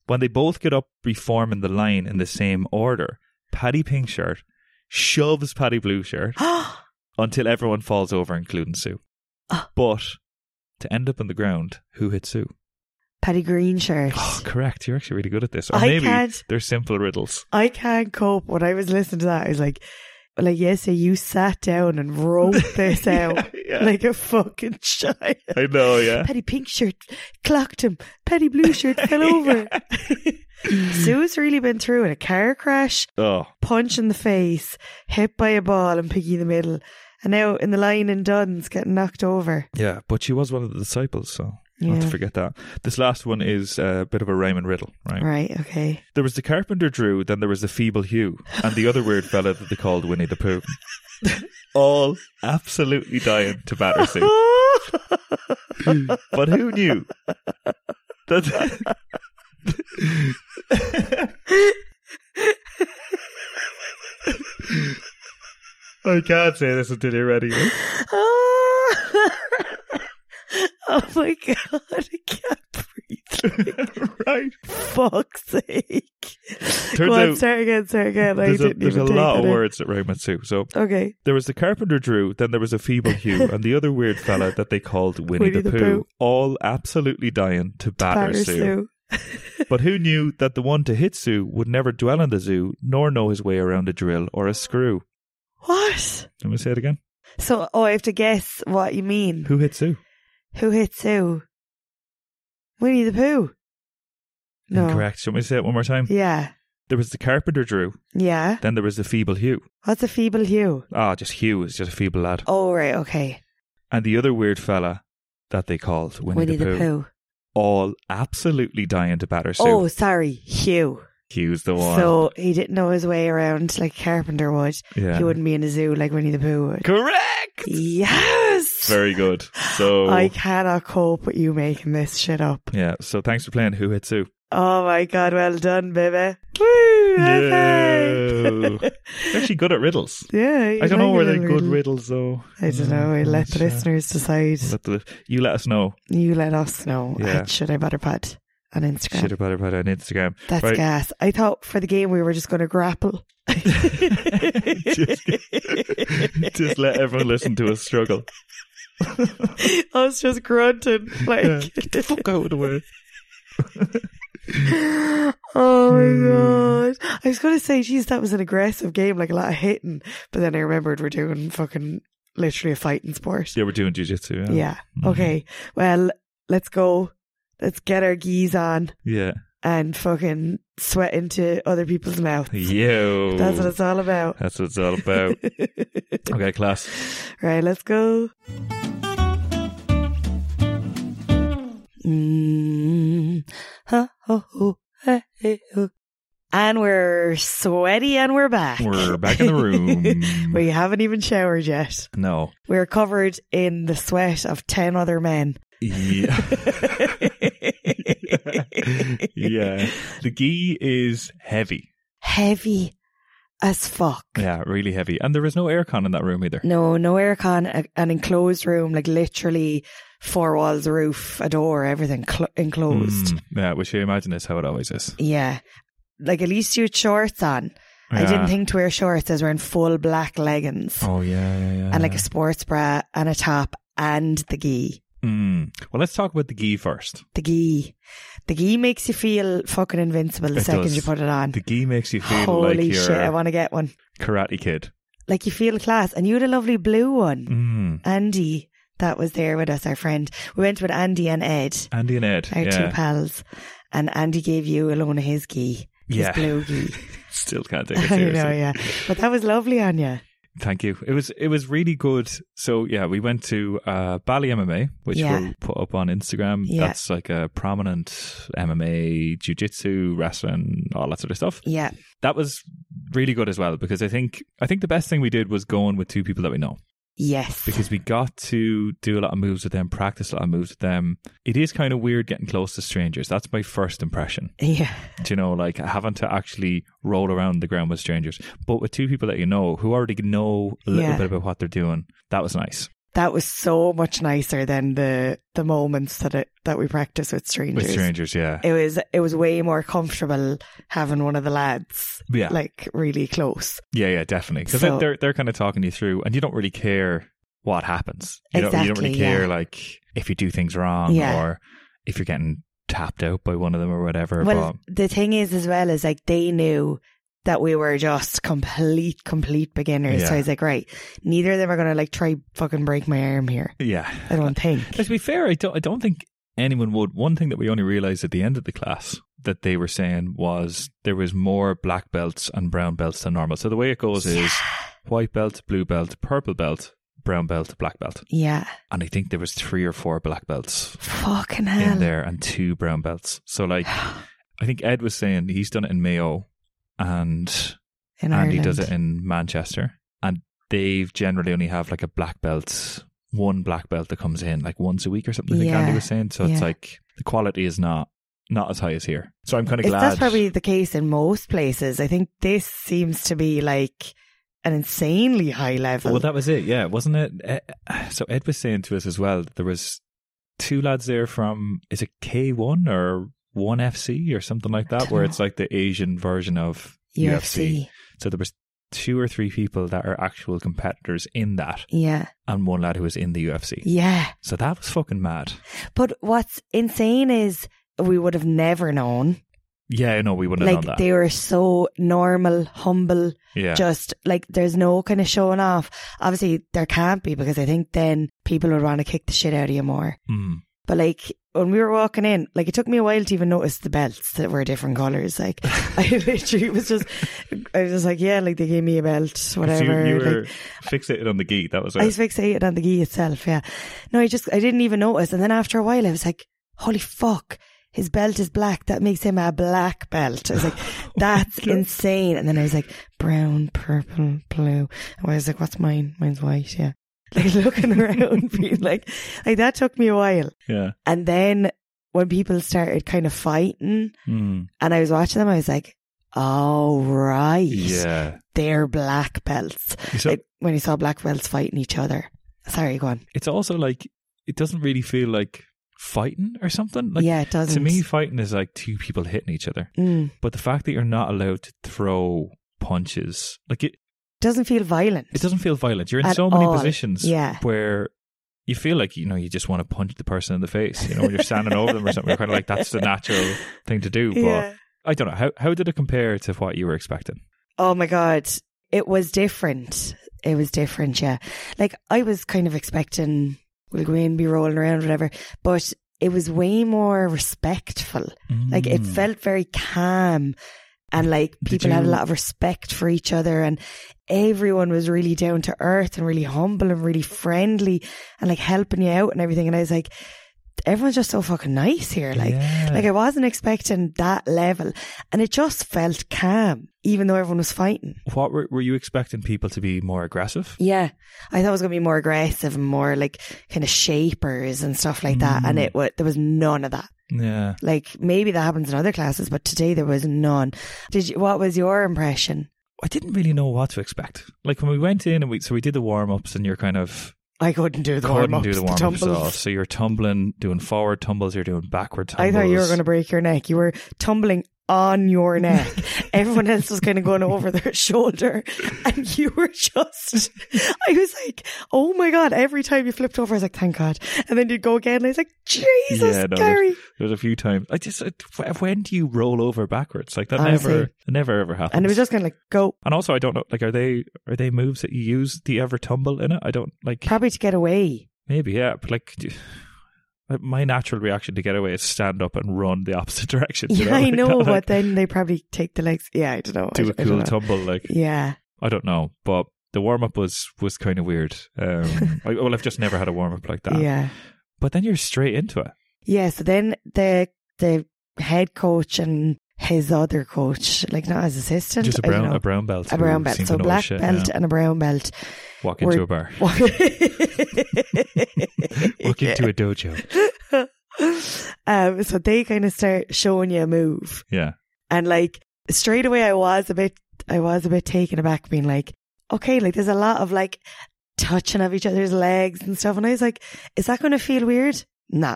Speaker 2: When they both get up, reforming the line in the same order, Paddy Pink Shirt shoves Paddy Blue Shirt (gasps) until everyone falls over, including Sue.
Speaker 1: Ah.
Speaker 2: But to end up on the ground, who hit Sue?
Speaker 1: Patty Green shirt.
Speaker 2: Oh, correct. You're actually really good at this. Or
Speaker 1: I
Speaker 2: maybe
Speaker 1: can't-
Speaker 2: they're simple riddles.
Speaker 1: (gasps) I can't cope. When I was listening to that, I was like, like yesterday, you sat down and
Speaker 2: (laughs)
Speaker 1: wrote this out
Speaker 2: yeah.
Speaker 1: like a fucking (laughs) child.
Speaker 2: I know, yeah.
Speaker 1: Petty pink shirt clocked him. Petty blue shirt
Speaker 2: (laughs)
Speaker 1: fell over. (laughs) Sue's really been through it. A car crash,
Speaker 2: Oh,
Speaker 1: punch in the face, hit by a ball, and piggy in the middle. And now in the line in Duns, getting knocked over.
Speaker 2: Yeah, but she was one of the disciples, so Not to
Speaker 1: Yeah.
Speaker 2: forget that. This last one is uh, a bit of a rhyme and riddle, right?
Speaker 1: Right.
Speaker 2: (laughs)
Speaker 1: Okay. (laughs)
Speaker 2: There was the carpenter Drew, then there was the feeble Hugh, and the other weird fella that they called Winnie the Pooh. All absolutely dying to Battersea. But who knew? That I can't say this until you're ready. (laughs)
Speaker 1: Ah! (laughs) oh my god! I can't breathe.
Speaker 2: right.
Speaker 1: Fuck's sake!
Speaker 2: Turns
Speaker 1: Go on,
Speaker 2: out
Speaker 1: start again. Start again. I
Speaker 2: there's a,
Speaker 1: didn't
Speaker 2: there's a
Speaker 1: even take
Speaker 2: lot
Speaker 1: that
Speaker 2: of
Speaker 1: in.
Speaker 2: words that rhyme with Sue. So
Speaker 1: Okay.
Speaker 2: There was the carpenter Drew, then there was a feeble Hugh,
Speaker 1: (laughs)
Speaker 2: and the other weird fella that they called Winnie, the, Pooh, all absolutely dying to batter,
Speaker 1: Batter
Speaker 2: Sue.
Speaker 1: Sue.
Speaker 2: (laughs) But who knew that the one to hit Sue would never dwell in the zoo, nor know his way around a drill or a screw?
Speaker 1: What?
Speaker 2: Let me say it again.
Speaker 1: So, oh, I have to guess what you mean.
Speaker 2: Who hit Sue?
Speaker 1: Who hits who? Winnie the Pooh. No.
Speaker 2: Incorrect. Shall we say it one more time?
Speaker 1: Yeah.
Speaker 2: There was the carpenter Drew,
Speaker 1: Yeah.
Speaker 2: then there was the feeble Hugh.
Speaker 1: What's a feeble hue?
Speaker 2: Ah, just Hugh is just a feeble lad.
Speaker 1: Oh, right. Okay.
Speaker 2: And the other weird fella that they called Winnie,
Speaker 1: Winnie,
Speaker 2: the,
Speaker 1: the,
Speaker 2: Pooh,
Speaker 1: Pooh.
Speaker 2: all absolutely dying to batter Sue.
Speaker 1: Oh, sorry. Hugh.
Speaker 2: Hugh's the one.
Speaker 1: So he didn't know his way around like Carpenter would.
Speaker 2: yeah.
Speaker 1: He wouldn't be in a zoo like Winnie the Pooh would.
Speaker 2: Correct.
Speaker 1: Yes.
Speaker 2: Very good.
Speaker 1: (laughs)
Speaker 2: So
Speaker 1: I cannot cope with you making this shit up.
Speaker 2: yeah, so thanks for playing Who Hits Who.
Speaker 1: Oh my god, well done, baby. Woo! high
Speaker 2: No.
Speaker 1: five.
Speaker 2: You're actually good at riddles.
Speaker 1: (laughs) yeah. you
Speaker 2: I don't know
Speaker 1: like
Speaker 2: where
Speaker 1: a
Speaker 2: they're
Speaker 1: little
Speaker 2: good
Speaker 1: riddle.
Speaker 2: riddles though.
Speaker 1: I don't know. I
Speaker 2: Mm,
Speaker 1: let the
Speaker 2: sure.
Speaker 1: listeners decide.
Speaker 2: Let the- You let us know.
Speaker 1: You let us know
Speaker 2: Yeah.
Speaker 1: at Should I Butter Pod on Instagram.
Speaker 2: Shit about it about it on Instagram.
Speaker 1: That's
Speaker 2: right.
Speaker 1: gas. I thought for the game we were just going to
Speaker 2: (laughs)
Speaker 1: grapple.
Speaker 2: (laughs) Just let everyone listen to
Speaker 1: (laughs)
Speaker 2: us struggle.
Speaker 1: (laughs) I was just grunting.
Speaker 2: Yeah.
Speaker 1: Like, (laughs)
Speaker 2: Get the fuck out of the way.
Speaker 1: oh my god! I was going to say, geez, that was an aggressive game, like a lot of hitting. But then I remembered we're doing fucking literally a fighting sport.
Speaker 2: Yeah, we're doing jujitsu. Yeah.
Speaker 1: Yeah. Okay. Well, let's go. Let's get our geese on
Speaker 2: Yeah.
Speaker 1: and fucking sweat into other people's mouths.
Speaker 2: Yo.
Speaker 1: That's what it's all about. (laughs)
Speaker 2: That's what it's all about. okay, class.
Speaker 1: Right, let's go. Mm. Ha, ho, ho, hey, hey, ho. And we're sweaty and we're back.
Speaker 2: We're back in
Speaker 1: (laughs)
Speaker 2: the room.
Speaker 1: we haven't even showered yet.
Speaker 2: no.
Speaker 1: We're covered in the sweat of 10 other
Speaker 2: (laughs)
Speaker 1: men. (laughs)
Speaker 2: Yeah. yeah. The gi is heavy.
Speaker 1: Heavy as fuck.
Speaker 2: Yeah, really heavy. And there is no aircon in that room either.
Speaker 1: No, no aircon, a- an enclosed room, like literally four walls, a roof, a door, everything cl- enclosed.
Speaker 2: Mm, yeah, which you imagine is how it always is.
Speaker 1: Yeah. Like at least you had shorts on. I
Speaker 2: Yeah.
Speaker 1: didn't think to wear shorts as wearing full black leggings
Speaker 2: Oh yeah, yeah, yeah.
Speaker 1: and like a sports bra and a top and the gi.
Speaker 2: mm. Well, let's talk about the gi first.
Speaker 1: The gi. The gi makes you feel fucking invincible the
Speaker 2: It
Speaker 1: second
Speaker 2: does.
Speaker 1: you put it on.
Speaker 2: The gi makes you feel
Speaker 1: Holy
Speaker 2: like you're
Speaker 1: shit, I want to get one.
Speaker 2: Karate Kid.
Speaker 1: Like you feel class. And you had a lovely blue one.
Speaker 2: Mm.
Speaker 1: Andy, that was there with us, our friend. We went with Andy and Ed,
Speaker 2: Andy and Ed.
Speaker 1: our two
Speaker 2: yeah.
Speaker 1: pals. And Andy gave you a loan of his gi. His
Speaker 2: Yeah.
Speaker 1: blue gi.
Speaker 2: (laughs) Still
Speaker 1: (laughs)
Speaker 2: can't take it
Speaker 1: I
Speaker 2: seriously.
Speaker 1: know, yeah. But that was lovely on you.
Speaker 2: Thank you. It was it was really good. So yeah, we went to uh, Bally MMA, which
Speaker 1: Yeah.
Speaker 2: we'll put up on Instagram.
Speaker 1: Yeah.
Speaker 2: That's like a prominent MMA, jujitsu, wrestling, all that sort of stuff.
Speaker 1: Yeah.
Speaker 2: That was really good as well because I think I think the best thing we did was going with two people that we know
Speaker 1: Yes.
Speaker 2: because we got to do a lot of moves with them, practice a lot of moves with them. It is kind of weird getting close to strangers. That's my first impression.
Speaker 1: yeah.
Speaker 2: Do you know, like having to actually roll around the ground with strangers, but with two people that you know who already know a little
Speaker 1: Yeah.
Speaker 2: bit about what they're doing. That was nice
Speaker 1: That was so much nicer than the the moments that it that we practice with strangers.
Speaker 2: with strangers. Yeah,
Speaker 1: It was it was way more comfortable having one of the lads
Speaker 2: yeah,
Speaker 1: like really close.
Speaker 2: yeah, yeah, definitely. Because
Speaker 1: So-
Speaker 2: they're they're kind of talking you through, and you don't really care what happens. You don't, you don't really
Speaker 1: Exactly,
Speaker 2: care
Speaker 1: yeah.
Speaker 2: like if you do things wrong
Speaker 1: Yeah.
Speaker 2: or if you're getting tapped out by one of them or whatever.
Speaker 1: Well,
Speaker 2: but
Speaker 1: the thing is as well is like they knew that we were just complete complete beginners. So
Speaker 2: Yeah.
Speaker 1: I was like, right, neither of them are gonna like try fucking break my arm here.
Speaker 2: yeah,
Speaker 1: I
Speaker 2: (laughs)
Speaker 1: don't think.
Speaker 2: But to be fair, I don't, I don't think anyone would. One thing that we only realized at the end of the class that they were saying was there was more black belts and brown belts than normal. So the way it goes is white belt, blue belt, purple belt, brown belt to black belt.
Speaker 1: Yeah.
Speaker 2: And I think there was three or four black belts
Speaker 1: Fucking
Speaker 2: in
Speaker 1: hell.
Speaker 2: there and two brown belts. So like I think Ed was saying he's done it in Mayo and
Speaker 1: (sighs) In
Speaker 2: Andy
Speaker 1: Ireland.
Speaker 2: does it in Manchester. And they generally only have like a black belt, one black belt that comes in like once a week or something. I think
Speaker 1: Yeah.
Speaker 2: Andy was saying. So
Speaker 1: Yeah.
Speaker 2: it's like the quality is not not as high as here. So I'm kind of
Speaker 1: It's-
Speaker 2: glad.
Speaker 1: That's probably the case in most places. I think this seems to be like an insanely high level.
Speaker 2: Well, that was it. Yeah, wasn't it? Eh, So Ed was saying to us as well. that There was two lads there from is it K one or one FC or something like that, where it's like the Asian version of UFC.
Speaker 1: UFC.
Speaker 2: So there was two or three people that are actual competitors in that,
Speaker 1: Yeah.
Speaker 2: and one lad who was in the UFC.
Speaker 1: Yeah.
Speaker 2: So that was fucking mad.
Speaker 1: But what's insane is we would have never known.
Speaker 2: Yeah, no, we wouldn't have
Speaker 1: Like
Speaker 2: done that.
Speaker 1: they were so normal, humble,
Speaker 2: yeah,
Speaker 1: just like there's no kind of showing off. Obviously there can't be because I think then people would want to kick the shit out of you more.
Speaker 2: Mm.
Speaker 1: But like when we were walking in, like it took me a while to even notice the belts that were different colours.
Speaker 2: (laughs)
Speaker 1: Like I literally was just I was just like, Yeah, like they gave me a belt,
Speaker 2: So you,
Speaker 1: whatever.
Speaker 2: you
Speaker 1: like,
Speaker 2: were fixated on the gi. That was
Speaker 1: I
Speaker 2: right.
Speaker 1: was fixated on the gi itself, yeah. No, I just I didn't even notice. And then after a while I was like, Holy fuck, his belt is black. That makes him a black belt. I
Speaker 2: (laughs)
Speaker 1: was like, That's insane. And then I was like, brown, purple, blue. And I was like, What's mine? Mine's white, yeah. Like (laughs) looking around being like like that took me a while.
Speaker 2: yeah.
Speaker 1: And then when people started kind of fighting
Speaker 2: Mm.
Speaker 1: and I was watching them, I was like, Oh right.
Speaker 2: Yeah.
Speaker 1: They're black belts
Speaker 2: So
Speaker 1: like when you saw black belts fighting each other. Sorry, go on.
Speaker 2: it's also like it doesn't really feel like fighting or something. Like
Speaker 1: yeah, it doesn't.
Speaker 2: to me, fighting is like two people hitting each other.
Speaker 1: mm,
Speaker 2: But the fact that you're not allowed to throw punches, like it,
Speaker 1: doesn't feel violent.
Speaker 2: it doesn't feel violent. You're in
Speaker 1: At
Speaker 2: so many
Speaker 1: all.
Speaker 2: positions
Speaker 1: Yeah.
Speaker 2: where you feel like you know you just want to punch the person in the face. You know, when you're standing over them or something. You're kind of like that's the natural thing to do. But
Speaker 1: Yeah.
Speaker 2: I don't know how how did it compare to what you were expecting.
Speaker 1: Oh my god, it was different. It was different. Yeah, like I was kind of expecting Will Green be rolling around, whatever, but it was way more respectful. Like it felt very calm. And like
Speaker 2: Hmm. Did
Speaker 1: people had a
Speaker 2: you-
Speaker 1: lot of respect for each other and everyone was really down to earth and really humble and really friendly and like helping you out and everything. And I was like, everyone's just so fucking nice here. Like,
Speaker 2: Yeah.
Speaker 1: like I wasn't expecting that level and it just felt calm, even though everyone was fighting.
Speaker 2: what were, were you expecting people to be more aggressive?
Speaker 1: Yeah. I thought it was going to be more aggressive and more like kind of shapers and stuff like that.
Speaker 2: Hmm.
Speaker 1: And it was, there was none of that.
Speaker 2: Yeah.
Speaker 1: Like maybe that happens in other classes, but today there was none. Did you, what was your impression?
Speaker 2: I didn't really know what to expect. Like when we went in and we so we did the warm ups and you're kind of
Speaker 1: I couldn't do the warm
Speaker 2: couldn't
Speaker 1: ups.
Speaker 2: do the
Speaker 1: the
Speaker 2: warm ups at all.
Speaker 1: tumbles.
Speaker 2: So you're tumbling, doing forward tumbles, you're doing backward
Speaker 1: I
Speaker 2: tumbles.
Speaker 1: thought you were going to break your neck. You were tumbling on your
Speaker 2: (laughs)
Speaker 1: neck. Everyone else was kind of going over their shoulder, and you were just. I was like, "Oh my god!" Every time you flipped over, I was like, "Thank God!" And then you'd go again, and I was like, "Jesus,
Speaker 2: Yeah, no,
Speaker 1: Gary!"
Speaker 2: There's a few times I just I- wh- when do you roll over backwards? Like that
Speaker 1: Honestly.
Speaker 2: never that never ever happens.
Speaker 1: And it was just kind of like, "Go."
Speaker 2: And also I don't know like are they are they moves that you use? Do you ever tumble in it? I don't like
Speaker 1: Probably to get away.
Speaker 2: maybe yeah, but like. d- like, My natural reaction to get away is stand up and run the opposite (laughs) direction.
Speaker 1: (laughs)
Speaker 2: you
Speaker 1: Yeah, I
Speaker 2: Like,
Speaker 1: know,
Speaker 2: like,
Speaker 1: but then they probably take the legs. Yeah, I don't know. I
Speaker 2: do a
Speaker 1: don't- I don't
Speaker 2: cool
Speaker 1: know.
Speaker 2: tumble. Like
Speaker 1: Yeah.
Speaker 2: I don't know, but the warm up was was kind of weird.
Speaker 1: (laughs)
Speaker 2: Um, I, well, I've just never had a warm up like that.
Speaker 1: Yeah.
Speaker 2: But then you're straight into it.
Speaker 1: Yeah. So then the the head coach and his other coach, like not his assistant,
Speaker 2: Just a
Speaker 1: I don't
Speaker 2: brown
Speaker 1: know.
Speaker 2: a brown belt.
Speaker 1: a
Speaker 2: who
Speaker 1: brown belt.
Speaker 2: seemed
Speaker 1: So
Speaker 2: to know
Speaker 1: black
Speaker 2: shit,
Speaker 1: belt
Speaker 2: yeah.
Speaker 1: and a brown belt. (laughs)
Speaker 2: Walk
Speaker 1: were-
Speaker 2: into
Speaker 1: (laughs)
Speaker 2: a bar.
Speaker 1: Walk
Speaker 2: Walk into a dojo.
Speaker 1: (laughs) um, so they kind of start showing you a move,
Speaker 2: Yeah.
Speaker 1: and like straight away, I was a bit, I was a bit taken aback, being like, okay, like there's a lot of like touching of each other's legs and stuff, and I was like, is that going to feel weird? Nah.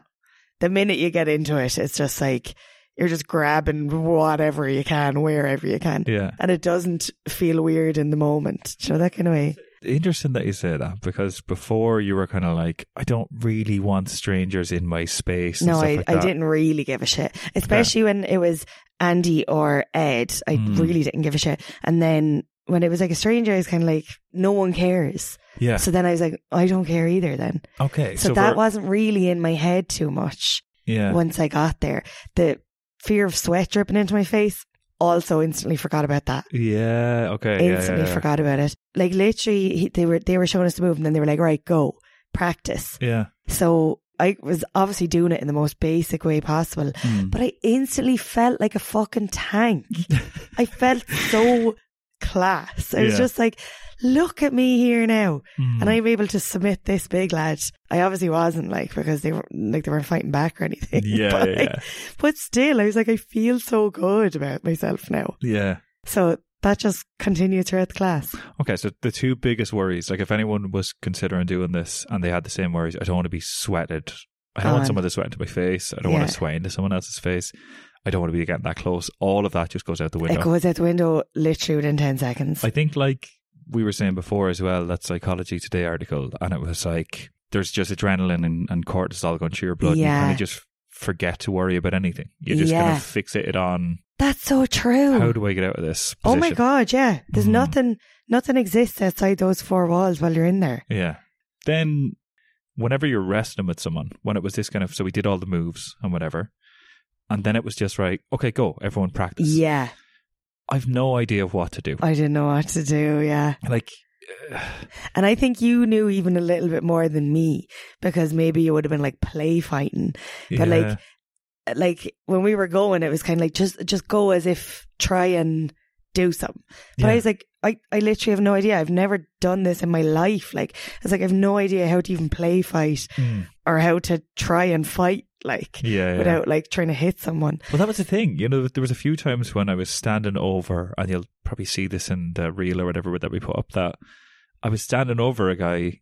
Speaker 1: The minute you get into it, it's just like you're just grabbing whatever you can, wherever you can.
Speaker 2: Yeah.
Speaker 1: And it doesn't feel weird in the moment. Do you know that kind of way?
Speaker 2: Interesting that you say that because before you were kind of like, I don't really want strangers in my space. and
Speaker 1: No,
Speaker 2: stuff
Speaker 1: I,
Speaker 2: like
Speaker 1: I
Speaker 2: that.
Speaker 1: didn't really give a shit, especially when it was Andy or Ed. I
Speaker 2: Mm.
Speaker 1: really didn't give a shit. And then when it was like a stranger, I was kind of like, no one cares.
Speaker 2: Yeah.
Speaker 1: So then I was like, I don't care either then.
Speaker 2: okay.
Speaker 1: So,
Speaker 2: So,
Speaker 1: that
Speaker 2: we're-
Speaker 1: wasn't really in my head too much
Speaker 2: Yeah.
Speaker 1: once I got there. The fear of sweat dripping into my face, also instantly forgot about that.
Speaker 2: Yeah. Okay. yeah,
Speaker 1: instantly
Speaker 2: yeah, yeah.
Speaker 1: forgot about it. Like literally, he, they were they were showing us the move, and then they were like, "Right, go practice."
Speaker 2: Yeah.
Speaker 1: So I was obviously doing it in the most basic way possible,
Speaker 2: Hmm.
Speaker 1: but I instantly felt like a fucking tank. I felt so class. I was
Speaker 2: Yeah.
Speaker 1: just like, "Look at me here now."
Speaker 2: Hmm.
Speaker 1: (laughs) and I'm able to submit this big lad. I obviously wasn't like because they were like they weren't fighting back or anything. (laughs)
Speaker 2: Yeah,
Speaker 1: but,
Speaker 2: yeah,
Speaker 1: like-
Speaker 2: yeah.
Speaker 1: but still, I was like, I feel so good about myself now.
Speaker 2: Yeah.
Speaker 1: So that just continued throughout the class.
Speaker 2: Okay, so the two biggest worries, like if anyone was considering doing this and they had the same worries, I don't want to be sweated. I don't want
Speaker 1: On.
Speaker 2: someone to sweat into my face. I don't
Speaker 1: Yeah.
Speaker 2: want to sweat into someone else's face. I don't want to be getting that close. All of that just goes out the window.
Speaker 1: It goes out the window literally within ten seconds.
Speaker 2: I think, like we were saying before as well, that Psychology Today article, and it was like there's just adrenaline and, and cortisol going through your blood. And you
Speaker 1: Yeah.
Speaker 2: kind of just forget to worry about anything. You're just
Speaker 1: Yeah.
Speaker 2: kind of fixated on
Speaker 1: That's so true.
Speaker 2: how do I get out of this?
Speaker 1: oh my
Speaker 2: position?
Speaker 1: god, yeah. There's
Speaker 2: Mhm.
Speaker 1: nothing nothing exists outside those four walls while you're in there.
Speaker 2: Yeah. Then whenever you're wrestling with someone, when it was this kind of so we did all the moves and whatever. And then it was just right, okay, go, everyone practice.
Speaker 1: Yeah.
Speaker 2: I've no idea what to do.
Speaker 1: I didn't know what to do, yeah.
Speaker 2: Like
Speaker 1: And I think you knew even a little bit more than me because maybe you would have been like play fighting. But, like,
Speaker 2: yeah,
Speaker 1: like when we were going, it was kind of like just just go as if try and do something. But I
Speaker 2: Yeah.
Speaker 1: was like, I, I literally have no idea. I've never done this in my life. Like it's like I've no idea how to even play fight
Speaker 2: Mm.
Speaker 1: or how to try and fight like
Speaker 2: yeah, yeah.
Speaker 1: without like trying to hit someone.
Speaker 2: Well, that was the thing. You know, there was a few times when I was standing over, and you'll probably see this in the reel or whatever that we put up. That I was standing over a guy,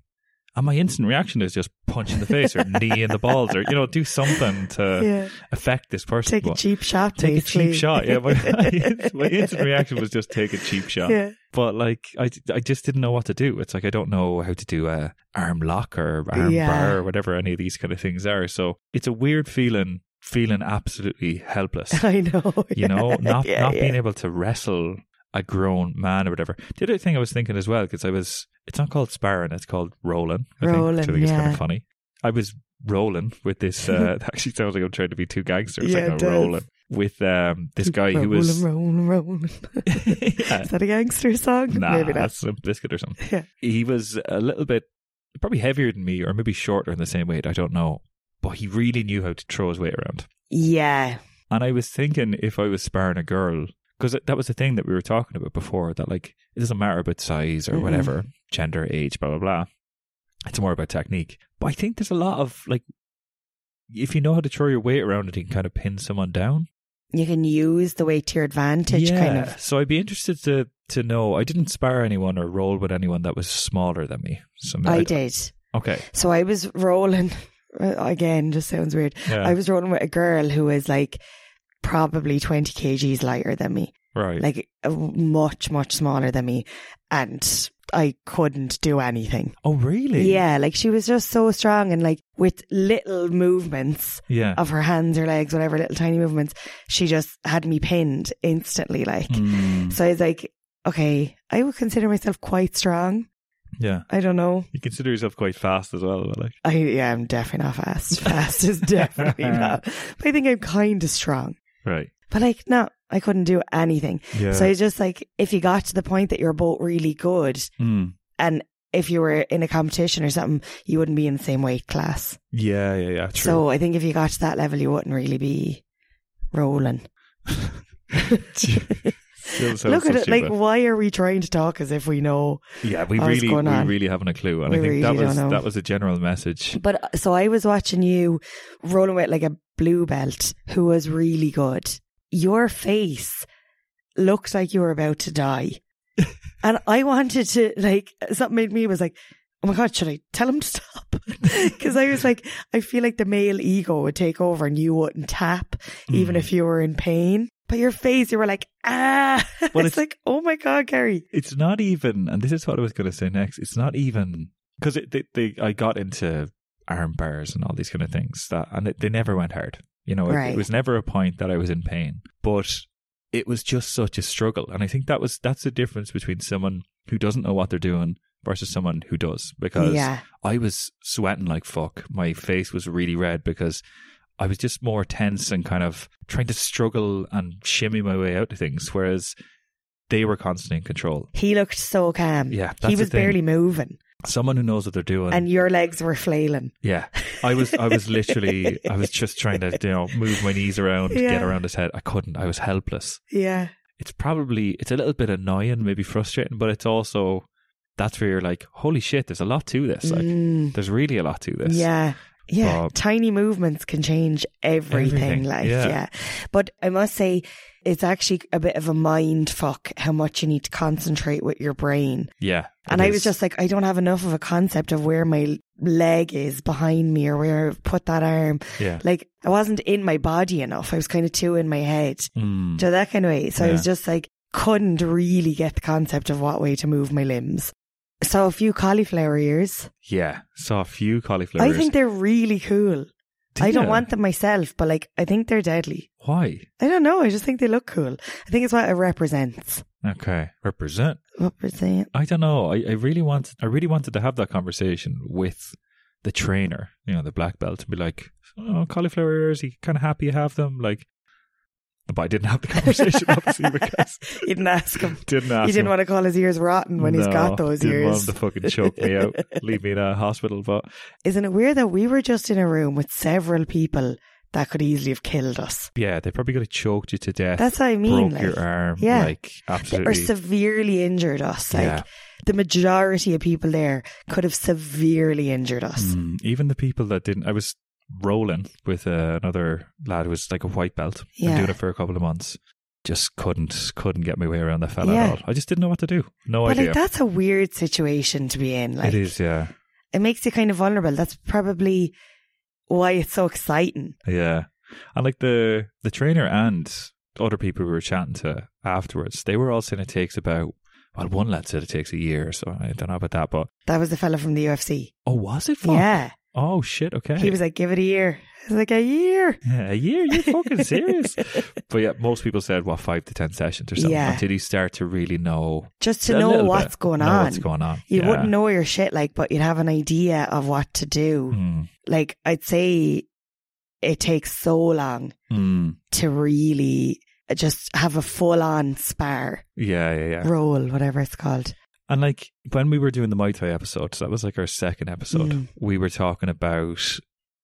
Speaker 2: and my instant reaction is just punch in the
Speaker 1: (laughs)
Speaker 2: face or knee in the balls or you know do something to
Speaker 1: yeah,
Speaker 2: affect this person.
Speaker 1: take a
Speaker 2: But-
Speaker 1: cheap shot.
Speaker 2: Uh, take a
Speaker 1: basically.
Speaker 2: cheap shot.
Speaker 1: (laughs)
Speaker 2: Yeah, my, (laughs) my instant reaction was just take a cheap shot.
Speaker 1: Yeah, (laughs)
Speaker 2: But like, I, I just didn't know what to do. It's like I don't know how to do a arm lock or arm
Speaker 1: Yeah.
Speaker 2: bar or whatever any of these kind of things are. So it's a weird feeling, feeling absolutely helpless.
Speaker 1: I know.
Speaker 2: You
Speaker 1: (laughs)
Speaker 2: know,
Speaker 1: yeah,
Speaker 2: not
Speaker 1: yeah,
Speaker 2: not
Speaker 1: yeah.
Speaker 2: being able to wrestle a grown man or whatever. The other thing I was thinking as well because I was, it's not called sparring, it's called rolling. I think,
Speaker 1: Rolling,
Speaker 2: which I think is kind
Speaker 1: yeah.
Speaker 2: of funny. I was rolling
Speaker 1: (laughs)
Speaker 2: with this. Uh, it actually sounds like I'm trying to be too gangster. It's
Speaker 1: Yeah, it
Speaker 2: like
Speaker 1: does.
Speaker 2: I'm rolling with um, this guy who
Speaker 1: rolling,
Speaker 2: was
Speaker 1: (laughs) rolling,
Speaker 2: (laughs)
Speaker 1: rolling.
Speaker 2: yeah.
Speaker 1: Is that a gangster song?
Speaker 2: Nah,
Speaker 1: Maybe not.
Speaker 2: that's a biscuit or something.
Speaker 1: Yeah.
Speaker 2: He was a little bit, probably heavier than me, or maybe shorter in the same weight. I don't know. But he really knew how to throw his weight around.
Speaker 1: Yeah,
Speaker 2: And I was thinking if I was sparring a girl, because that was the thing that we were talking about before that, like, it doesn't matter about size or
Speaker 1: Mm-mm.
Speaker 2: whatever, gender, age, blah, blah, blah. It's more about technique. But I think there's a lot of, like, if you know how to throw your weight around it, you can kind of pin someone down.
Speaker 1: you can use the weight to your advantage, kind of.
Speaker 2: So I'd be interested to to know. I didn't spar anyone or roll with anyone that was smaller than me. So maybe
Speaker 1: I
Speaker 2: I'd-
Speaker 1: did.
Speaker 2: Okay.
Speaker 1: So I was rolling (laughs) again. Just sounds weird.
Speaker 2: Yeah.
Speaker 1: I was rolling with a girl who was like probably twenty kgs lighter than me,
Speaker 2: right.
Speaker 1: like uh, much much smaller than me, and I couldn't do anything.
Speaker 2: oh, really?
Speaker 1: Yeah, like she was just so strong and like with little movements
Speaker 2: Yeah.
Speaker 1: of her hands or legs, whatever little tiny movements, she just had me pinned instantly. Like
Speaker 2: Hmm.
Speaker 1: so, I was like, okay, I would consider myself quite strong.
Speaker 2: Yeah.
Speaker 1: I don't know.
Speaker 2: You consider yourself quite fast as well. Like.
Speaker 1: I yeah, I'm definitely not
Speaker 2: (laughs)
Speaker 1: fast. Fast is definitely not. But I think I'm kind of strong.
Speaker 2: Right.
Speaker 1: But like, no, I couldn't do anything.
Speaker 2: Yeah.
Speaker 1: So it's just like if you got to the point that you're both really good,
Speaker 2: Hmm.
Speaker 1: and if you were in a competition or something, you wouldn't be in the same weight class.
Speaker 2: Yeah. Yeah. Yeah. True.
Speaker 1: So I think if you got to that level, you wouldn't really be
Speaker 2: (laughs)
Speaker 1: rolling.
Speaker 2: Still sounds
Speaker 1: Look
Speaker 2: so
Speaker 1: at it. Like,
Speaker 2: stupid.
Speaker 1: why are we trying to talk as if we know?
Speaker 2: yeah, we
Speaker 1: what was
Speaker 2: really,
Speaker 1: going
Speaker 2: we
Speaker 1: on.
Speaker 2: really haven't a clue, and
Speaker 1: We
Speaker 2: I think that
Speaker 1: really
Speaker 2: was
Speaker 1: don't know.
Speaker 2: that was a general message.
Speaker 1: But uh, so I was watching you rolling with like a blue belt who was really good. Your face looked like you were about to
Speaker 2: (laughs)
Speaker 1: die. and I wanted to like something made me was like, Oh my god, should I tell him to stop? (laughs) Because I was like, I feel like the male ego would take over and you wouldn't tap, even
Speaker 2: Mm.
Speaker 1: if you were in pain. But your face, you were like, ah (laughs)
Speaker 2: Well,
Speaker 1: it's
Speaker 2: it's-
Speaker 1: like, oh my god, Gary.
Speaker 2: it's not even, and this is what I was going to say next. It's not even because it, they, they, I got into arm bars and all these kind of things that, and it, they never went hard. You know, it,
Speaker 1: Right.
Speaker 2: it was never a point that I was in pain, but it was just such a struggle. And I think that was that's the difference between someone who doesn't know what they're doing versus someone who does. Because
Speaker 1: Yeah.
Speaker 2: I was sweating like fuck. My face was really red because I was just more tense and kind of trying to struggle and shimmy my way out of things, whereas they were constantly in control.
Speaker 1: He looked so calm.
Speaker 2: Yeah, that's
Speaker 1: he
Speaker 2: the
Speaker 1: was
Speaker 2: thing.
Speaker 1: barely moving,
Speaker 2: Someone who knows what they're doing.
Speaker 1: and your legs were flailing.
Speaker 2: yeah, I was, I was literally, I was just trying to, you know, move my knees around, get
Speaker 1: Yeah.
Speaker 2: around his head. I couldn't. I was helpless.
Speaker 1: Yeah,
Speaker 2: It's probably, it's a little bit annoying, maybe frustrating, but it's also that's where you're like, holy shit, there's a lot to this. Like,
Speaker 1: Mm.
Speaker 2: there's really a lot to this.
Speaker 1: yeah, yeah.
Speaker 2: But-
Speaker 1: Tiny movements can change everything.
Speaker 2: Everything,
Speaker 1: Like,
Speaker 2: yeah.
Speaker 1: yeah. but I must say, it's actually a bit of a mind fuck how much you need to concentrate with your brain.
Speaker 2: yeah.
Speaker 1: And
Speaker 2: it
Speaker 1: I
Speaker 2: is.
Speaker 1: was just like, I don't have enough of a concept of where my leg is behind me or where I've put that arm.
Speaker 2: yeah.
Speaker 1: Like, I wasn't in my body enough. I was kind of too in my head.
Speaker 2: Mm.
Speaker 1: So that kind of way. So I was
Speaker 2: Yeah.
Speaker 1: just like, couldn't really get the concept of what way to move my limbs. So a few cauliflower ears.
Speaker 2: Yeah, saw a few cauliflowers.
Speaker 1: I think they're really cool.
Speaker 2: Do
Speaker 1: I don't
Speaker 2: ya?
Speaker 1: want them myself, but like, I think they're deadly.
Speaker 2: Why?
Speaker 1: I don't know. I just think they look cool. I think it's what it represents.
Speaker 2: Okay, represent.
Speaker 1: Represent.
Speaker 2: I don't know. I, I really wanted. I really wanted to have that conversation with the trainer. You know, the black belt, and be like, "Oh, cauliflower ears. You kind of happy you have them?" Like, but I didn't have the (laughs) conversation obviously because
Speaker 1: (laughs) you didn't ask him.
Speaker 2: (laughs) didn't ask.
Speaker 1: You didn't
Speaker 2: him.
Speaker 1: want to call his ears rotten when he's got
Speaker 2: No,
Speaker 1: those
Speaker 2: didn't
Speaker 1: ears.
Speaker 2: Want him to fucking choke
Speaker 1: (laughs)
Speaker 2: me out, leave me in a hospital. But
Speaker 1: Isn't it weird that we were just in a room with several people that could easily have killed us?
Speaker 2: yeah, they probably could have choked you to death.
Speaker 1: That's what I mean.
Speaker 2: broke
Speaker 1: like,
Speaker 2: your arm.
Speaker 1: yeah.
Speaker 2: like
Speaker 1: or
Speaker 2: absolutely.
Speaker 1: severely injured us. Like
Speaker 2: Yeah.
Speaker 1: the majority of people there could have severely injured us.
Speaker 2: Mm, even the people that didn't, I was rolling with uh, another lad who was like a white belt. and
Speaker 1: Yeah.
Speaker 2: doing it for a couple of months. Just couldn't couldn't get my way around that fella
Speaker 1: Yeah.
Speaker 2: at all. I just didn't know what to do. No
Speaker 1: But
Speaker 2: idea.
Speaker 1: like that's a weird situation to be in. Like
Speaker 2: it is, yeah,
Speaker 1: it makes you kind of vulnerable. That's probably why it's so exciting.
Speaker 2: yeah. And like the the trainer and other people we were chatting to afterwards, they were all saying it takes about. Well, one lad said it takes a year, so I don't know about that. But
Speaker 1: That was the fella from the UFC.
Speaker 2: oh, was it? Fuck?
Speaker 1: Yeah.
Speaker 2: Oh shit. Okay.
Speaker 1: He was like, give it a year. I was like, a year.
Speaker 2: Yeah, (laughs) a year? You're
Speaker 1: (laughs)
Speaker 2: fucking serious. but yeah, most people said, well, five to 10 sessions or something
Speaker 1: Yeah.
Speaker 2: until you start to really know.
Speaker 1: Just to
Speaker 2: a
Speaker 1: know
Speaker 2: little
Speaker 1: what's
Speaker 2: bit,
Speaker 1: going
Speaker 2: know
Speaker 1: on.
Speaker 2: What's going on.
Speaker 1: You
Speaker 2: Yeah.
Speaker 1: wouldn't know your shit, like, but you'd have an idea of what to do.
Speaker 2: Mm,
Speaker 1: Like, I'd say it takes so long
Speaker 2: mm.
Speaker 1: to really just have a full on spar
Speaker 2: Yeah, yeah, yeah.
Speaker 1: roll, whatever it's called.
Speaker 2: And like when we were doing the Muay Thai episode, so that was like our second episode,
Speaker 1: Mm.
Speaker 2: we were talking about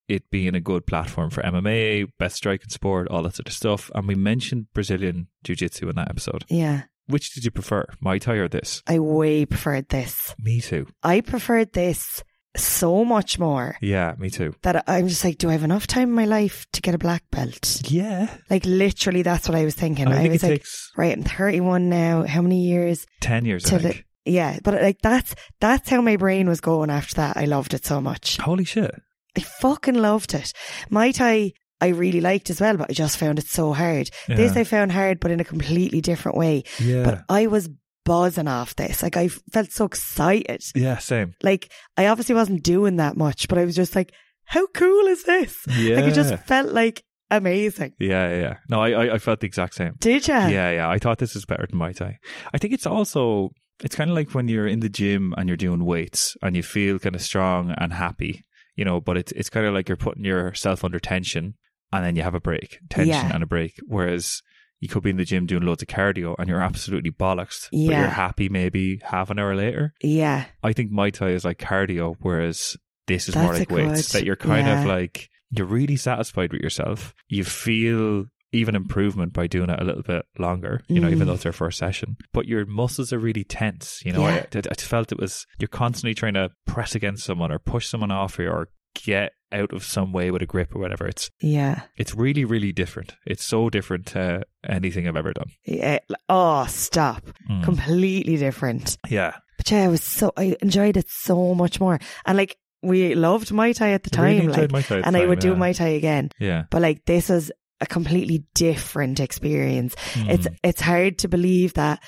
Speaker 2: it being a good platform for MMA, best striking sport, all that sort of stuff. And we mentioned Brazilian Jiu Jitsu in that episode.
Speaker 1: Yeah.
Speaker 2: Which did you prefer, Muay Thai or this?
Speaker 1: I way preferred this.
Speaker 2: Me too.
Speaker 1: I preferred this so much more
Speaker 2: Yeah, me too.
Speaker 1: that I'm just like, do I have enough time in my life to get a black belt?
Speaker 2: Yeah.
Speaker 1: Like, literally, that's what I was thinking.
Speaker 2: I
Speaker 1: I,
Speaker 2: think
Speaker 1: was
Speaker 2: it
Speaker 1: like,
Speaker 2: takes
Speaker 1: right, I'm 31 now. How many years?
Speaker 2: 10 years, I
Speaker 1: till
Speaker 2: think.
Speaker 1: it- Yeah, but like that's that's how my brain was going after that. I loved it so much.
Speaker 2: Holy shit.
Speaker 1: I fucking loved it. Muay Thai I really liked as well, but I just found it so hard. This
Speaker 2: Yeah.
Speaker 1: I found hard, but in a completely different way.
Speaker 2: Yeah.
Speaker 1: But I was buzzing off this. Like I felt so excited.
Speaker 2: yeah, same.
Speaker 1: Like I obviously wasn't doing that much, but I was just like, how cool is this? (laughs)
Speaker 2: Yeah.
Speaker 1: Like it just felt like amazing.
Speaker 2: yeah, yeah, yeah. No, I, I, I felt the exact same.
Speaker 1: Did you?
Speaker 2: yeah, yeah. I thought this is better than Muay Thai. I think it's also, it's kind of like when you're in the gym and you're doing weights and you feel kind of strong and happy, you know, but it's, it's kind of like you're putting yourself under tension and then you have a break, tension
Speaker 1: Yeah.
Speaker 2: and a break. Whereas you could be in the gym doing loads of cardio and you're absolutely bollocks, but you're
Speaker 1: Yeah.
Speaker 2: happy maybe half an hour later.
Speaker 1: Yeah.
Speaker 2: I think Muay Thai is like cardio, whereas this is more
Speaker 1: That's
Speaker 2: like
Speaker 1: a
Speaker 2: weights.
Speaker 1: good-
Speaker 2: That you're kind
Speaker 1: yeah.
Speaker 2: of like you're really satisfied with yourself. You feel even improvement by doing it a little bit longer. You know, even
Speaker 1: Mm.
Speaker 2: though it's our first session, but your muscles are really tense. You know,
Speaker 1: Yeah.
Speaker 2: I, I felt it was you're constantly trying to press against someone or push someone off you or get out of some way with a grip or whatever. It's
Speaker 1: Yeah.
Speaker 2: it's really really different. It's so different to anything I've ever done.
Speaker 1: yeah. Oh, stop.
Speaker 2: Mm.
Speaker 1: Completely different.
Speaker 2: yeah,
Speaker 1: But yeah, I was so I enjoyed it so much more, and like we loved Muay Thai at the
Speaker 2: I really
Speaker 1: time,
Speaker 2: enjoyed
Speaker 1: like,
Speaker 2: Muay Thai at the
Speaker 1: and I
Speaker 2: time,
Speaker 1: would do
Speaker 2: yeah.
Speaker 1: Muay Thai again.
Speaker 2: Yeah,
Speaker 1: But like this is a completely different experience.
Speaker 2: Hmm. Mm.
Speaker 1: It's it's hard to believe that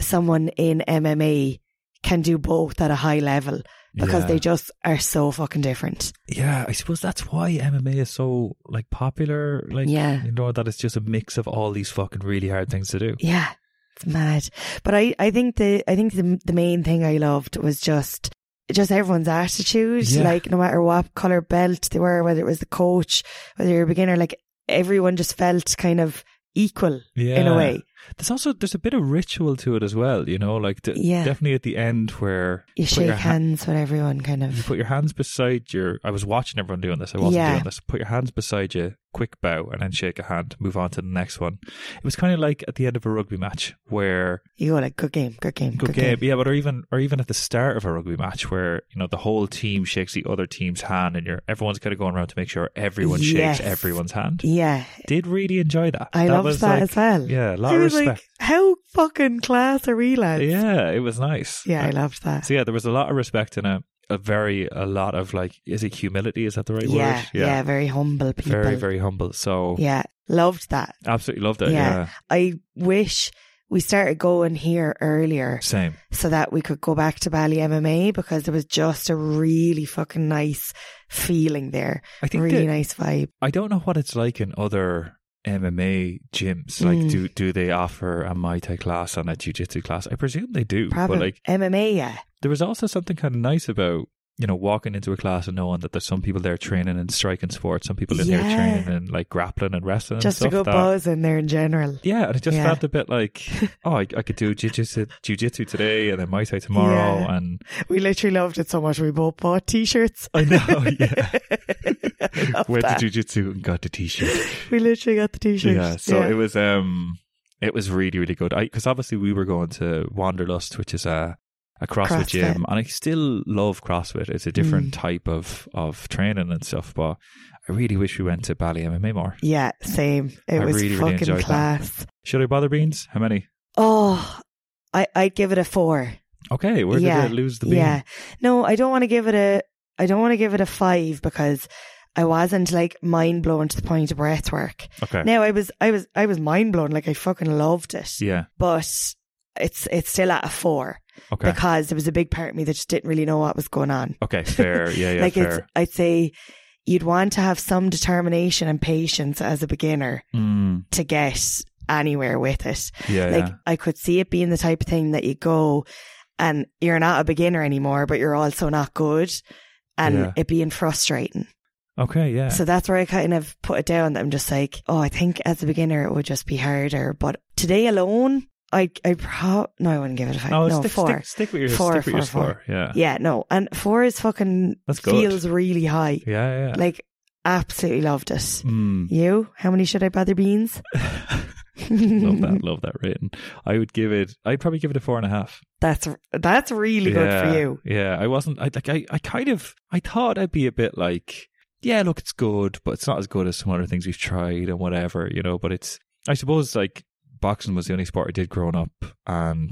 Speaker 1: someone in MMA can do both at a high level because
Speaker 2: Yeah.
Speaker 1: they just are so fucking different.
Speaker 2: Yeah, I suppose that's why MMA is so like popular. Like,
Speaker 1: Yeah.
Speaker 2: you know that it's just a mix of all these fucking really hard things to do.
Speaker 1: Yeah, it's mad. But I, I think the I think the the main thing I loved was just just everyone's attitude,
Speaker 2: Yeah.
Speaker 1: like no matter what color belt they were, whether it was the coach, whether you're a beginner, like everyone just felt kind of equal
Speaker 2: yeah.
Speaker 1: in a way.
Speaker 2: There's also there's a bit of ritual to it as well, you know, like d-
Speaker 1: Yeah.
Speaker 2: definitely at the end where
Speaker 1: You
Speaker 2: put
Speaker 1: shake
Speaker 2: your ha-
Speaker 1: hands with everyone, kind
Speaker 2: you
Speaker 1: of.
Speaker 2: put your hands beside your. I was watching everyone doing this. I wasn't
Speaker 1: Yeah.
Speaker 2: doing this. Put your hands beside you, quick bow, and then shake a hand. Move on to the next one. It was kind of like at the end of a rugby match where
Speaker 1: You go like, good game, good game,
Speaker 2: good game, yeah, but or even or even at the start of a rugby match where you know the whole team shakes the other team's hand, and you're everyone's kind of going around to make sure everyone
Speaker 1: Yes.
Speaker 2: shakes everyone's hand.
Speaker 1: Yeah,
Speaker 2: Did really enjoy that.
Speaker 1: I
Speaker 2: that
Speaker 1: loved
Speaker 2: was
Speaker 1: that
Speaker 2: like-
Speaker 1: as well.
Speaker 2: Yeah, a lot
Speaker 1: I
Speaker 2: of
Speaker 1: was
Speaker 2: respect.
Speaker 1: like, how fucking class are we, lads?
Speaker 2: yeah, it was nice.
Speaker 1: Yeah, I loved that.
Speaker 2: So yeah, there was a lot of respect and a, a very a lot of like is it humility? Is that the right
Speaker 1: yeah,
Speaker 2: word?
Speaker 1: yeah, very humble people.
Speaker 2: Very, very humble. So
Speaker 1: Yeah, loved that.
Speaker 2: absolutely loved it.
Speaker 1: Yeah.
Speaker 2: Yeah.
Speaker 1: I wish we started going here earlier
Speaker 2: Same.
Speaker 1: so that we could go back to Bali MMA because there was just a really fucking nice feeling there.
Speaker 2: I think
Speaker 1: Really
Speaker 2: that,
Speaker 1: nice vibe.
Speaker 2: I don't know what it's like in other MMA gyms. Like
Speaker 1: Mm.
Speaker 2: do do they offer a Muay Thai class and a Jiu Jitsu class? I presume they do.
Speaker 1: Probably
Speaker 2: But like
Speaker 1: MMA, yeah.
Speaker 2: there was also something kind of nice about you know, walking into a class and knowing that there's some people there training in striking sports, some people in
Speaker 1: Yeah.
Speaker 2: there training in like grappling and wrestling.
Speaker 1: Just a
Speaker 2: and stuff
Speaker 1: good
Speaker 2: that-
Speaker 1: buzz in there in general.
Speaker 2: Yeah, and it just
Speaker 1: Yeah.
Speaker 2: felt a
Speaker 1: (laughs)
Speaker 2: bit like, oh, I, I could do jujitsu, jujitsu today and then Muay Thai tomorrow.
Speaker 1: Yeah.
Speaker 2: And
Speaker 1: We literally loved it so much we both bought t shirts.
Speaker 2: I know, (laughs) yeah.
Speaker 1: (laughs) Love
Speaker 2: Went
Speaker 1: that.
Speaker 2: to jujitsu and got the t shirt.
Speaker 1: we literally got the t shirts.
Speaker 2: Yeah, so it was, um, it was really, really good. Because obviously we were going to Wanderlust, which is a, a CrossFit, Mm.
Speaker 1: CrossFit.
Speaker 2: gym, and I still love CrossFit. It's a different type of, of training and stuff, but I really wish we went to Bally MMA more.
Speaker 1: yeah, same. It
Speaker 2: I
Speaker 1: was
Speaker 2: really, really
Speaker 1: fucking
Speaker 2: enjoyed that.
Speaker 1: class.
Speaker 2: Should I bother beans? How many?
Speaker 1: Oh, I, I'd give it a four.
Speaker 2: Okay, where did
Speaker 1: Yeah,
Speaker 2: it lose the bean?
Speaker 1: Yeah. No, I don't want to give it a I don't want to give it a 5 because I wasn't like mind blown to the point of breath work.
Speaker 2: Okay.
Speaker 1: Now I was I was I was mind blown like I fucking loved it.
Speaker 2: Yeah.
Speaker 1: But it's it's still at a 4
Speaker 2: Okay.
Speaker 1: because there was a big part of me that just didn't really know what was going on.
Speaker 2: okay. Fair. Yeah. Yeah.
Speaker 1: (laughs) like
Speaker 2: fair.
Speaker 1: it's I'd say you'd want to have some determination and patience as a beginner
Speaker 2: Mm,
Speaker 1: to get anywhere with it.
Speaker 2: yeah.
Speaker 1: Like
Speaker 2: yeah.
Speaker 1: I could see it being the type of thing that you go and you're not a beginner anymore, but you're also not good and
Speaker 2: Yeah.
Speaker 1: it being frustrating.
Speaker 2: Okay, yeah.
Speaker 1: So that's where I kind of put it down that I'm just like, oh, I think as a beginner it would just be harder. But today alone, I I pro no, I wouldn't give it a five.
Speaker 2: no,
Speaker 1: No,
Speaker 2: stick,
Speaker 1: four.
Speaker 2: Stick, stick with your
Speaker 1: Four,
Speaker 2: stick with your
Speaker 1: four, four.
Speaker 2: score. Yeah.
Speaker 1: Yeah, no. And four is fucking
Speaker 2: That's good.
Speaker 1: feels really high.
Speaker 2: Yeah, yeah.
Speaker 1: Like absolutely loved it.
Speaker 2: Mm.
Speaker 1: You? How many should I bother beans?
Speaker 2: (laughs)
Speaker 1: (laughs)
Speaker 2: love that. Love that rating. I would give it. I'd probably give it a four and a half.
Speaker 1: That's that's really good for
Speaker 2: Yeah,
Speaker 1: you.
Speaker 2: Yeah. I wasn't. I like. I. I kind of. I thought I'd be a bit like. Yeah. Look, it's good, but it's not as good as some other things we've tried and whatever, you know. But it's. I suppose like boxing was the only sport I did growing up, and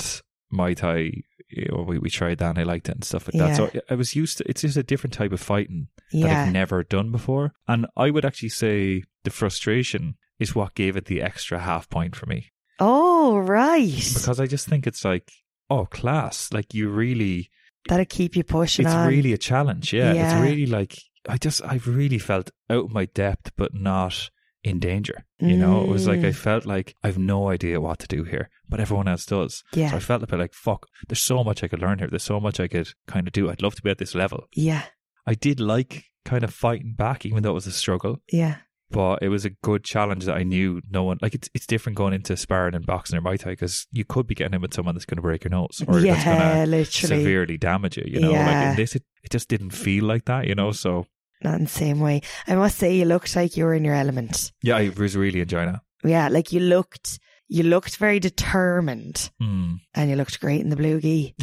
Speaker 2: Muay Thai. You know, we we tried that and I liked it and stuff like that.
Speaker 1: Yeah.
Speaker 2: So I was used to. It's just a different type of fighting. that
Speaker 1: Yeah.
Speaker 2: I've never done before. And I would actually say the frustration is what gave it the extra half point for me
Speaker 1: Oh, right.
Speaker 2: because I just think it's like, oh, class. Like, you really,
Speaker 1: That'll keep you pushing
Speaker 2: it's
Speaker 1: on.
Speaker 2: really a challenge. Yeah,
Speaker 1: Yeah.
Speaker 2: It's really like, I just, I've really felt out of my depth, but not in danger. You know, it was like, I
Speaker 1: Mm.
Speaker 2: felt like I've no idea what to do here, but everyone else does. So
Speaker 1: yeah.
Speaker 2: I felt a bit like, fuck, there's so much I could learn here. There's so much I could kind of do. I'd love to be at this level.
Speaker 1: Yeah.
Speaker 2: I did like kind of fighting back, even though it was a struggle.
Speaker 1: Yeah.
Speaker 2: but it was a good challenge that I knew no one like it's it's different going into sparring and boxing or Muay Thai because you could be getting in with someone that's going to break your nose or that's
Speaker 1: yeah,
Speaker 2: going to
Speaker 1: literally.
Speaker 2: severely damage you. You know, like
Speaker 1: Yeah.
Speaker 2: in this, it, it just didn't feel like that. You know, so
Speaker 1: Not in the same way. I must say you looked like you were in your element.
Speaker 2: yeah, I was really enjoying that.
Speaker 1: Yeah, like you looked you looked very determined
Speaker 2: (laughs) Mm.
Speaker 1: and you looked great in the blue
Speaker 2: (laughs)
Speaker 1: gi.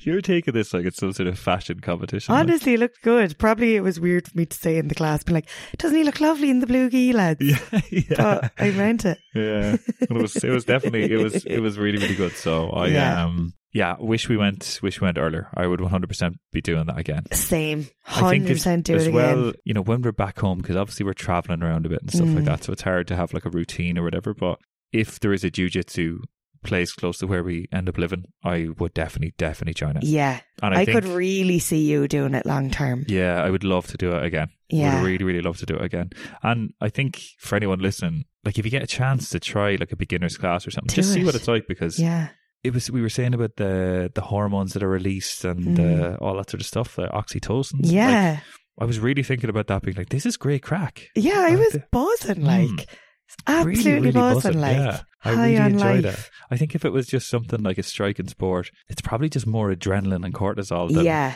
Speaker 2: you, are taking this like it's some sort of fashion competition. like-
Speaker 1: Honestly, you looked good. Probably it was weird for me to say in the class, but like, doesn't he look lovely in the blue gi, lads?
Speaker 2: (laughs) (laughs) yeah, yeah,
Speaker 1: But I meant it.
Speaker 2: (laughs) yeah. It was it was definitely it was it was really really good. So I
Speaker 1: Yeah.
Speaker 2: um yeah, wish we went wish we went earlier. I would 100 percent be doing that again.
Speaker 1: Same.
Speaker 2: I think
Speaker 1: Hundred
Speaker 2: as,
Speaker 1: percent do
Speaker 2: as
Speaker 1: it again.
Speaker 2: well, you know, when we're back home, because obviously we're traveling around a bit and stuff
Speaker 1: Mm.
Speaker 2: like that, so it's hard to have like a routine or whatever. But if there is a jujitsu place close to where we end up living, I would definitely, definitely join it.
Speaker 1: yeah.
Speaker 2: And I,
Speaker 1: I,
Speaker 2: think,
Speaker 1: could really see you doing it long term.
Speaker 2: yeah, I would love to do it again.
Speaker 1: Yeah.
Speaker 2: Would really, really love to do it again. And I think for anyone listening, like if you get a chance to try like a beginner's class or something,
Speaker 1: Do
Speaker 2: just see
Speaker 1: it.
Speaker 2: what it's like because
Speaker 1: yeah.
Speaker 2: it was we were saying about the the hormones that are released and
Speaker 1: Mm.
Speaker 2: uh, all that sort of stuff, the oxytocin. Like,
Speaker 1: Yeah.
Speaker 2: I was really thinking about that, being like, this is great crack.
Speaker 1: yeah, I
Speaker 2: like
Speaker 1: was
Speaker 2: the-
Speaker 1: buzzing
Speaker 2: Mm.
Speaker 1: like
Speaker 2: Really,
Speaker 1: absolutely
Speaker 2: really
Speaker 1: buzzing,
Speaker 2: buzzing,
Speaker 1: like
Speaker 2: yeah. I
Speaker 1: high
Speaker 2: really
Speaker 1: on
Speaker 2: enjoy
Speaker 1: life.
Speaker 2: that. I think if it was just something like a strike in sport, it's probably just more adrenaline and cortisol than,
Speaker 1: Yeah.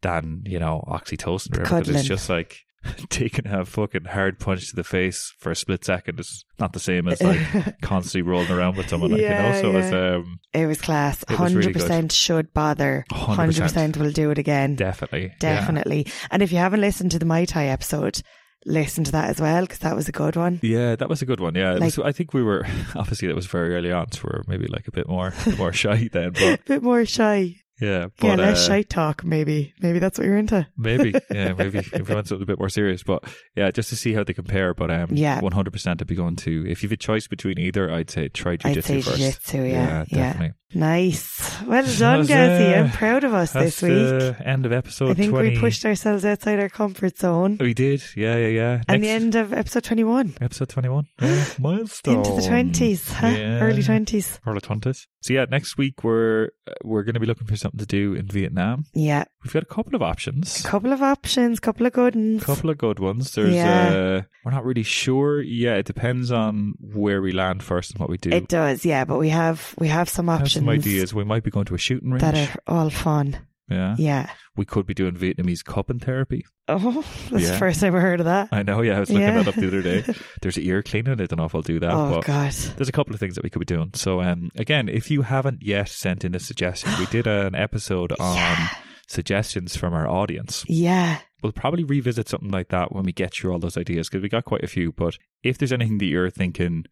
Speaker 2: than you know, oxytocin or everything.
Speaker 1: Cuddling.
Speaker 2: It's just like (laughs) taking a fucking hard punch to the face for a split second is not the same
Speaker 1: (laughs)
Speaker 2: as like constantly rolling around with someone. Like,
Speaker 1: Yeah,
Speaker 2: you know, so
Speaker 1: yeah.
Speaker 2: it's um,
Speaker 1: it was class.
Speaker 2: It was really
Speaker 1: Hundred
Speaker 2: good.
Speaker 1: percent should bother.
Speaker 2: 100%.
Speaker 1: Hundred percent will do it again.
Speaker 2: definitely, yeah.
Speaker 1: Definitely. And if you haven't listened to the Mai Tai episode, listen to that as well because that was a good one.
Speaker 2: Yeah, that was a good one. Yeah, it
Speaker 1: Like-
Speaker 2: was, I think we were (laughs) obviously that was very early on, so we are maybe like a bit more (laughs) more shy then. But
Speaker 1: bit more shy.
Speaker 2: yeah, but
Speaker 1: yeah, less
Speaker 2: uh,
Speaker 1: shy talk. Maybe. Maybe that's what you're into.
Speaker 2: maybe yeah, maybe if we want something a bit more serious. But yeah, just to see how they compare. But um,
Speaker 1: Yeah.
Speaker 2: one hundred percent. I'd be going to if you've a choice between either, I'd say try jujitsu
Speaker 1: I'd say
Speaker 2: first.
Speaker 1: jiu-jitsu. Yeah. Yeah.
Speaker 2: definitely.
Speaker 1: Nice. Well
Speaker 2: So
Speaker 1: done,
Speaker 2: that's,
Speaker 1: Gazzy. I'm
Speaker 2: uh,
Speaker 1: proud of us
Speaker 2: That's
Speaker 1: this week.
Speaker 2: the end of episode.
Speaker 1: I think
Speaker 2: 20.
Speaker 1: we pushed ourselves outside our comfort zone.
Speaker 2: We did. Yeah, yeah, yeah.
Speaker 1: And the
Speaker 2: Next-
Speaker 1: end of episode 21. (gasps)
Speaker 2: episode twenty-one. Yeah, milestone
Speaker 1: Into the 20s, huh?
Speaker 2: Oh, Yeah.
Speaker 1: Early 20s.
Speaker 2: Or the 20s. So yeah, next week we're uh, we're going to be looking for something to do in Vietnam.
Speaker 1: Yeah.
Speaker 2: We've got a couple of options.
Speaker 1: Couple of options, couple of good ones.
Speaker 2: couple of good ones. There's
Speaker 1: Yeah.
Speaker 2: uh we're not really sure. Yeah, it depends on where we land first and what we do.
Speaker 1: It does, yeah, but we have we have some
Speaker 2: I have
Speaker 1: options
Speaker 2: some ideas. We might be going to a shooting range.
Speaker 1: that are all fun.
Speaker 2: yeah.
Speaker 1: Yeah. (laughs)
Speaker 2: We could be doing Vietnamese cupping therapy.
Speaker 1: Oh, that's
Speaker 2: Yeah.
Speaker 1: the first time I heard of that.
Speaker 2: I know, yeah, I was looking
Speaker 1: Yeah. (laughs)
Speaker 2: that up the other day. There's ear cleaning, I don't know if I'll do that,
Speaker 1: oh
Speaker 2: but
Speaker 1: god.
Speaker 2: there's a couple of things that we could be doing. So um again, if you haven't yet sent in a suggestion, we
Speaker 1: (gasps)
Speaker 2: did an episode on
Speaker 1: Yeah.
Speaker 2: suggestions from our audience.
Speaker 1: Yeah.
Speaker 2: we'll probably revisit something like that when we get through all those ideas because we got quite a few. But if there's anything that you're thinking,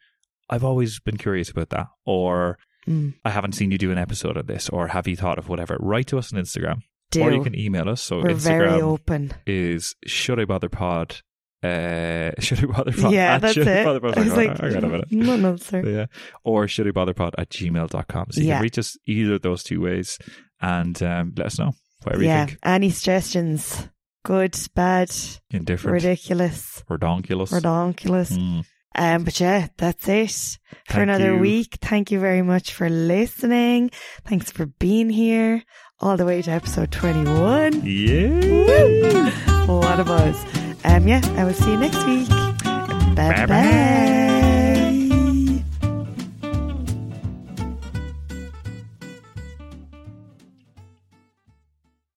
Speaker 2: I've always been curious about that, or
Speaker 1: Mm,
Speaker 2: I haven't seen you do an episode of this, or have you thought of whatever, write to us on Instagram.
Speaker 1: do.
Speaker 2: Or you can email us. So
Speaker 1: We're very
Speaker 2: Instagram (laughs)
Speaker 1: open.
Speaker 2: is should I bother pod? Uh, (laughs) should I bother pod?
Speaker 1: yeah,
Speaker 2: at
Speaker 1: that's
Speaker 2: should "Oh, I
Speaker 1: it.
Speaker 2: bother pod.
Speaker 1: I was like,
Speaker 2: Hang on a
Speaker 1: (laughs)
Speaker 2: minute.
Speaker 1: no, no, sir.
Speaker 2: Yeah. Or should I bother pod at gmail.com. So you
Speaker 1: Yeah.
Speaker 2: can reach us either of those two ways and um, let us know whatever
Speaker 1: yeah.
Speaker 2: you think.
Speaker 1: Any suggestions? Good, bad,
Speaker 2: Indifferent.
Speaker 1: ridiculous,
Speaker 2: Redonkulous.
Speaker 1: redonkulous.
Speaker 2: Mm.
Speaker 1: Um, but yeah, that's it for
Speaker 2: Thank
Speaker 1: another
Speaker 2: you.
Speaker 1: week. Thank you very much for listening. Thanks for being here all the way to episode 21.
Speaker 2: Yeah.
Speaker 1: Woo! What a buzz. Um, yeah, I will see you next week.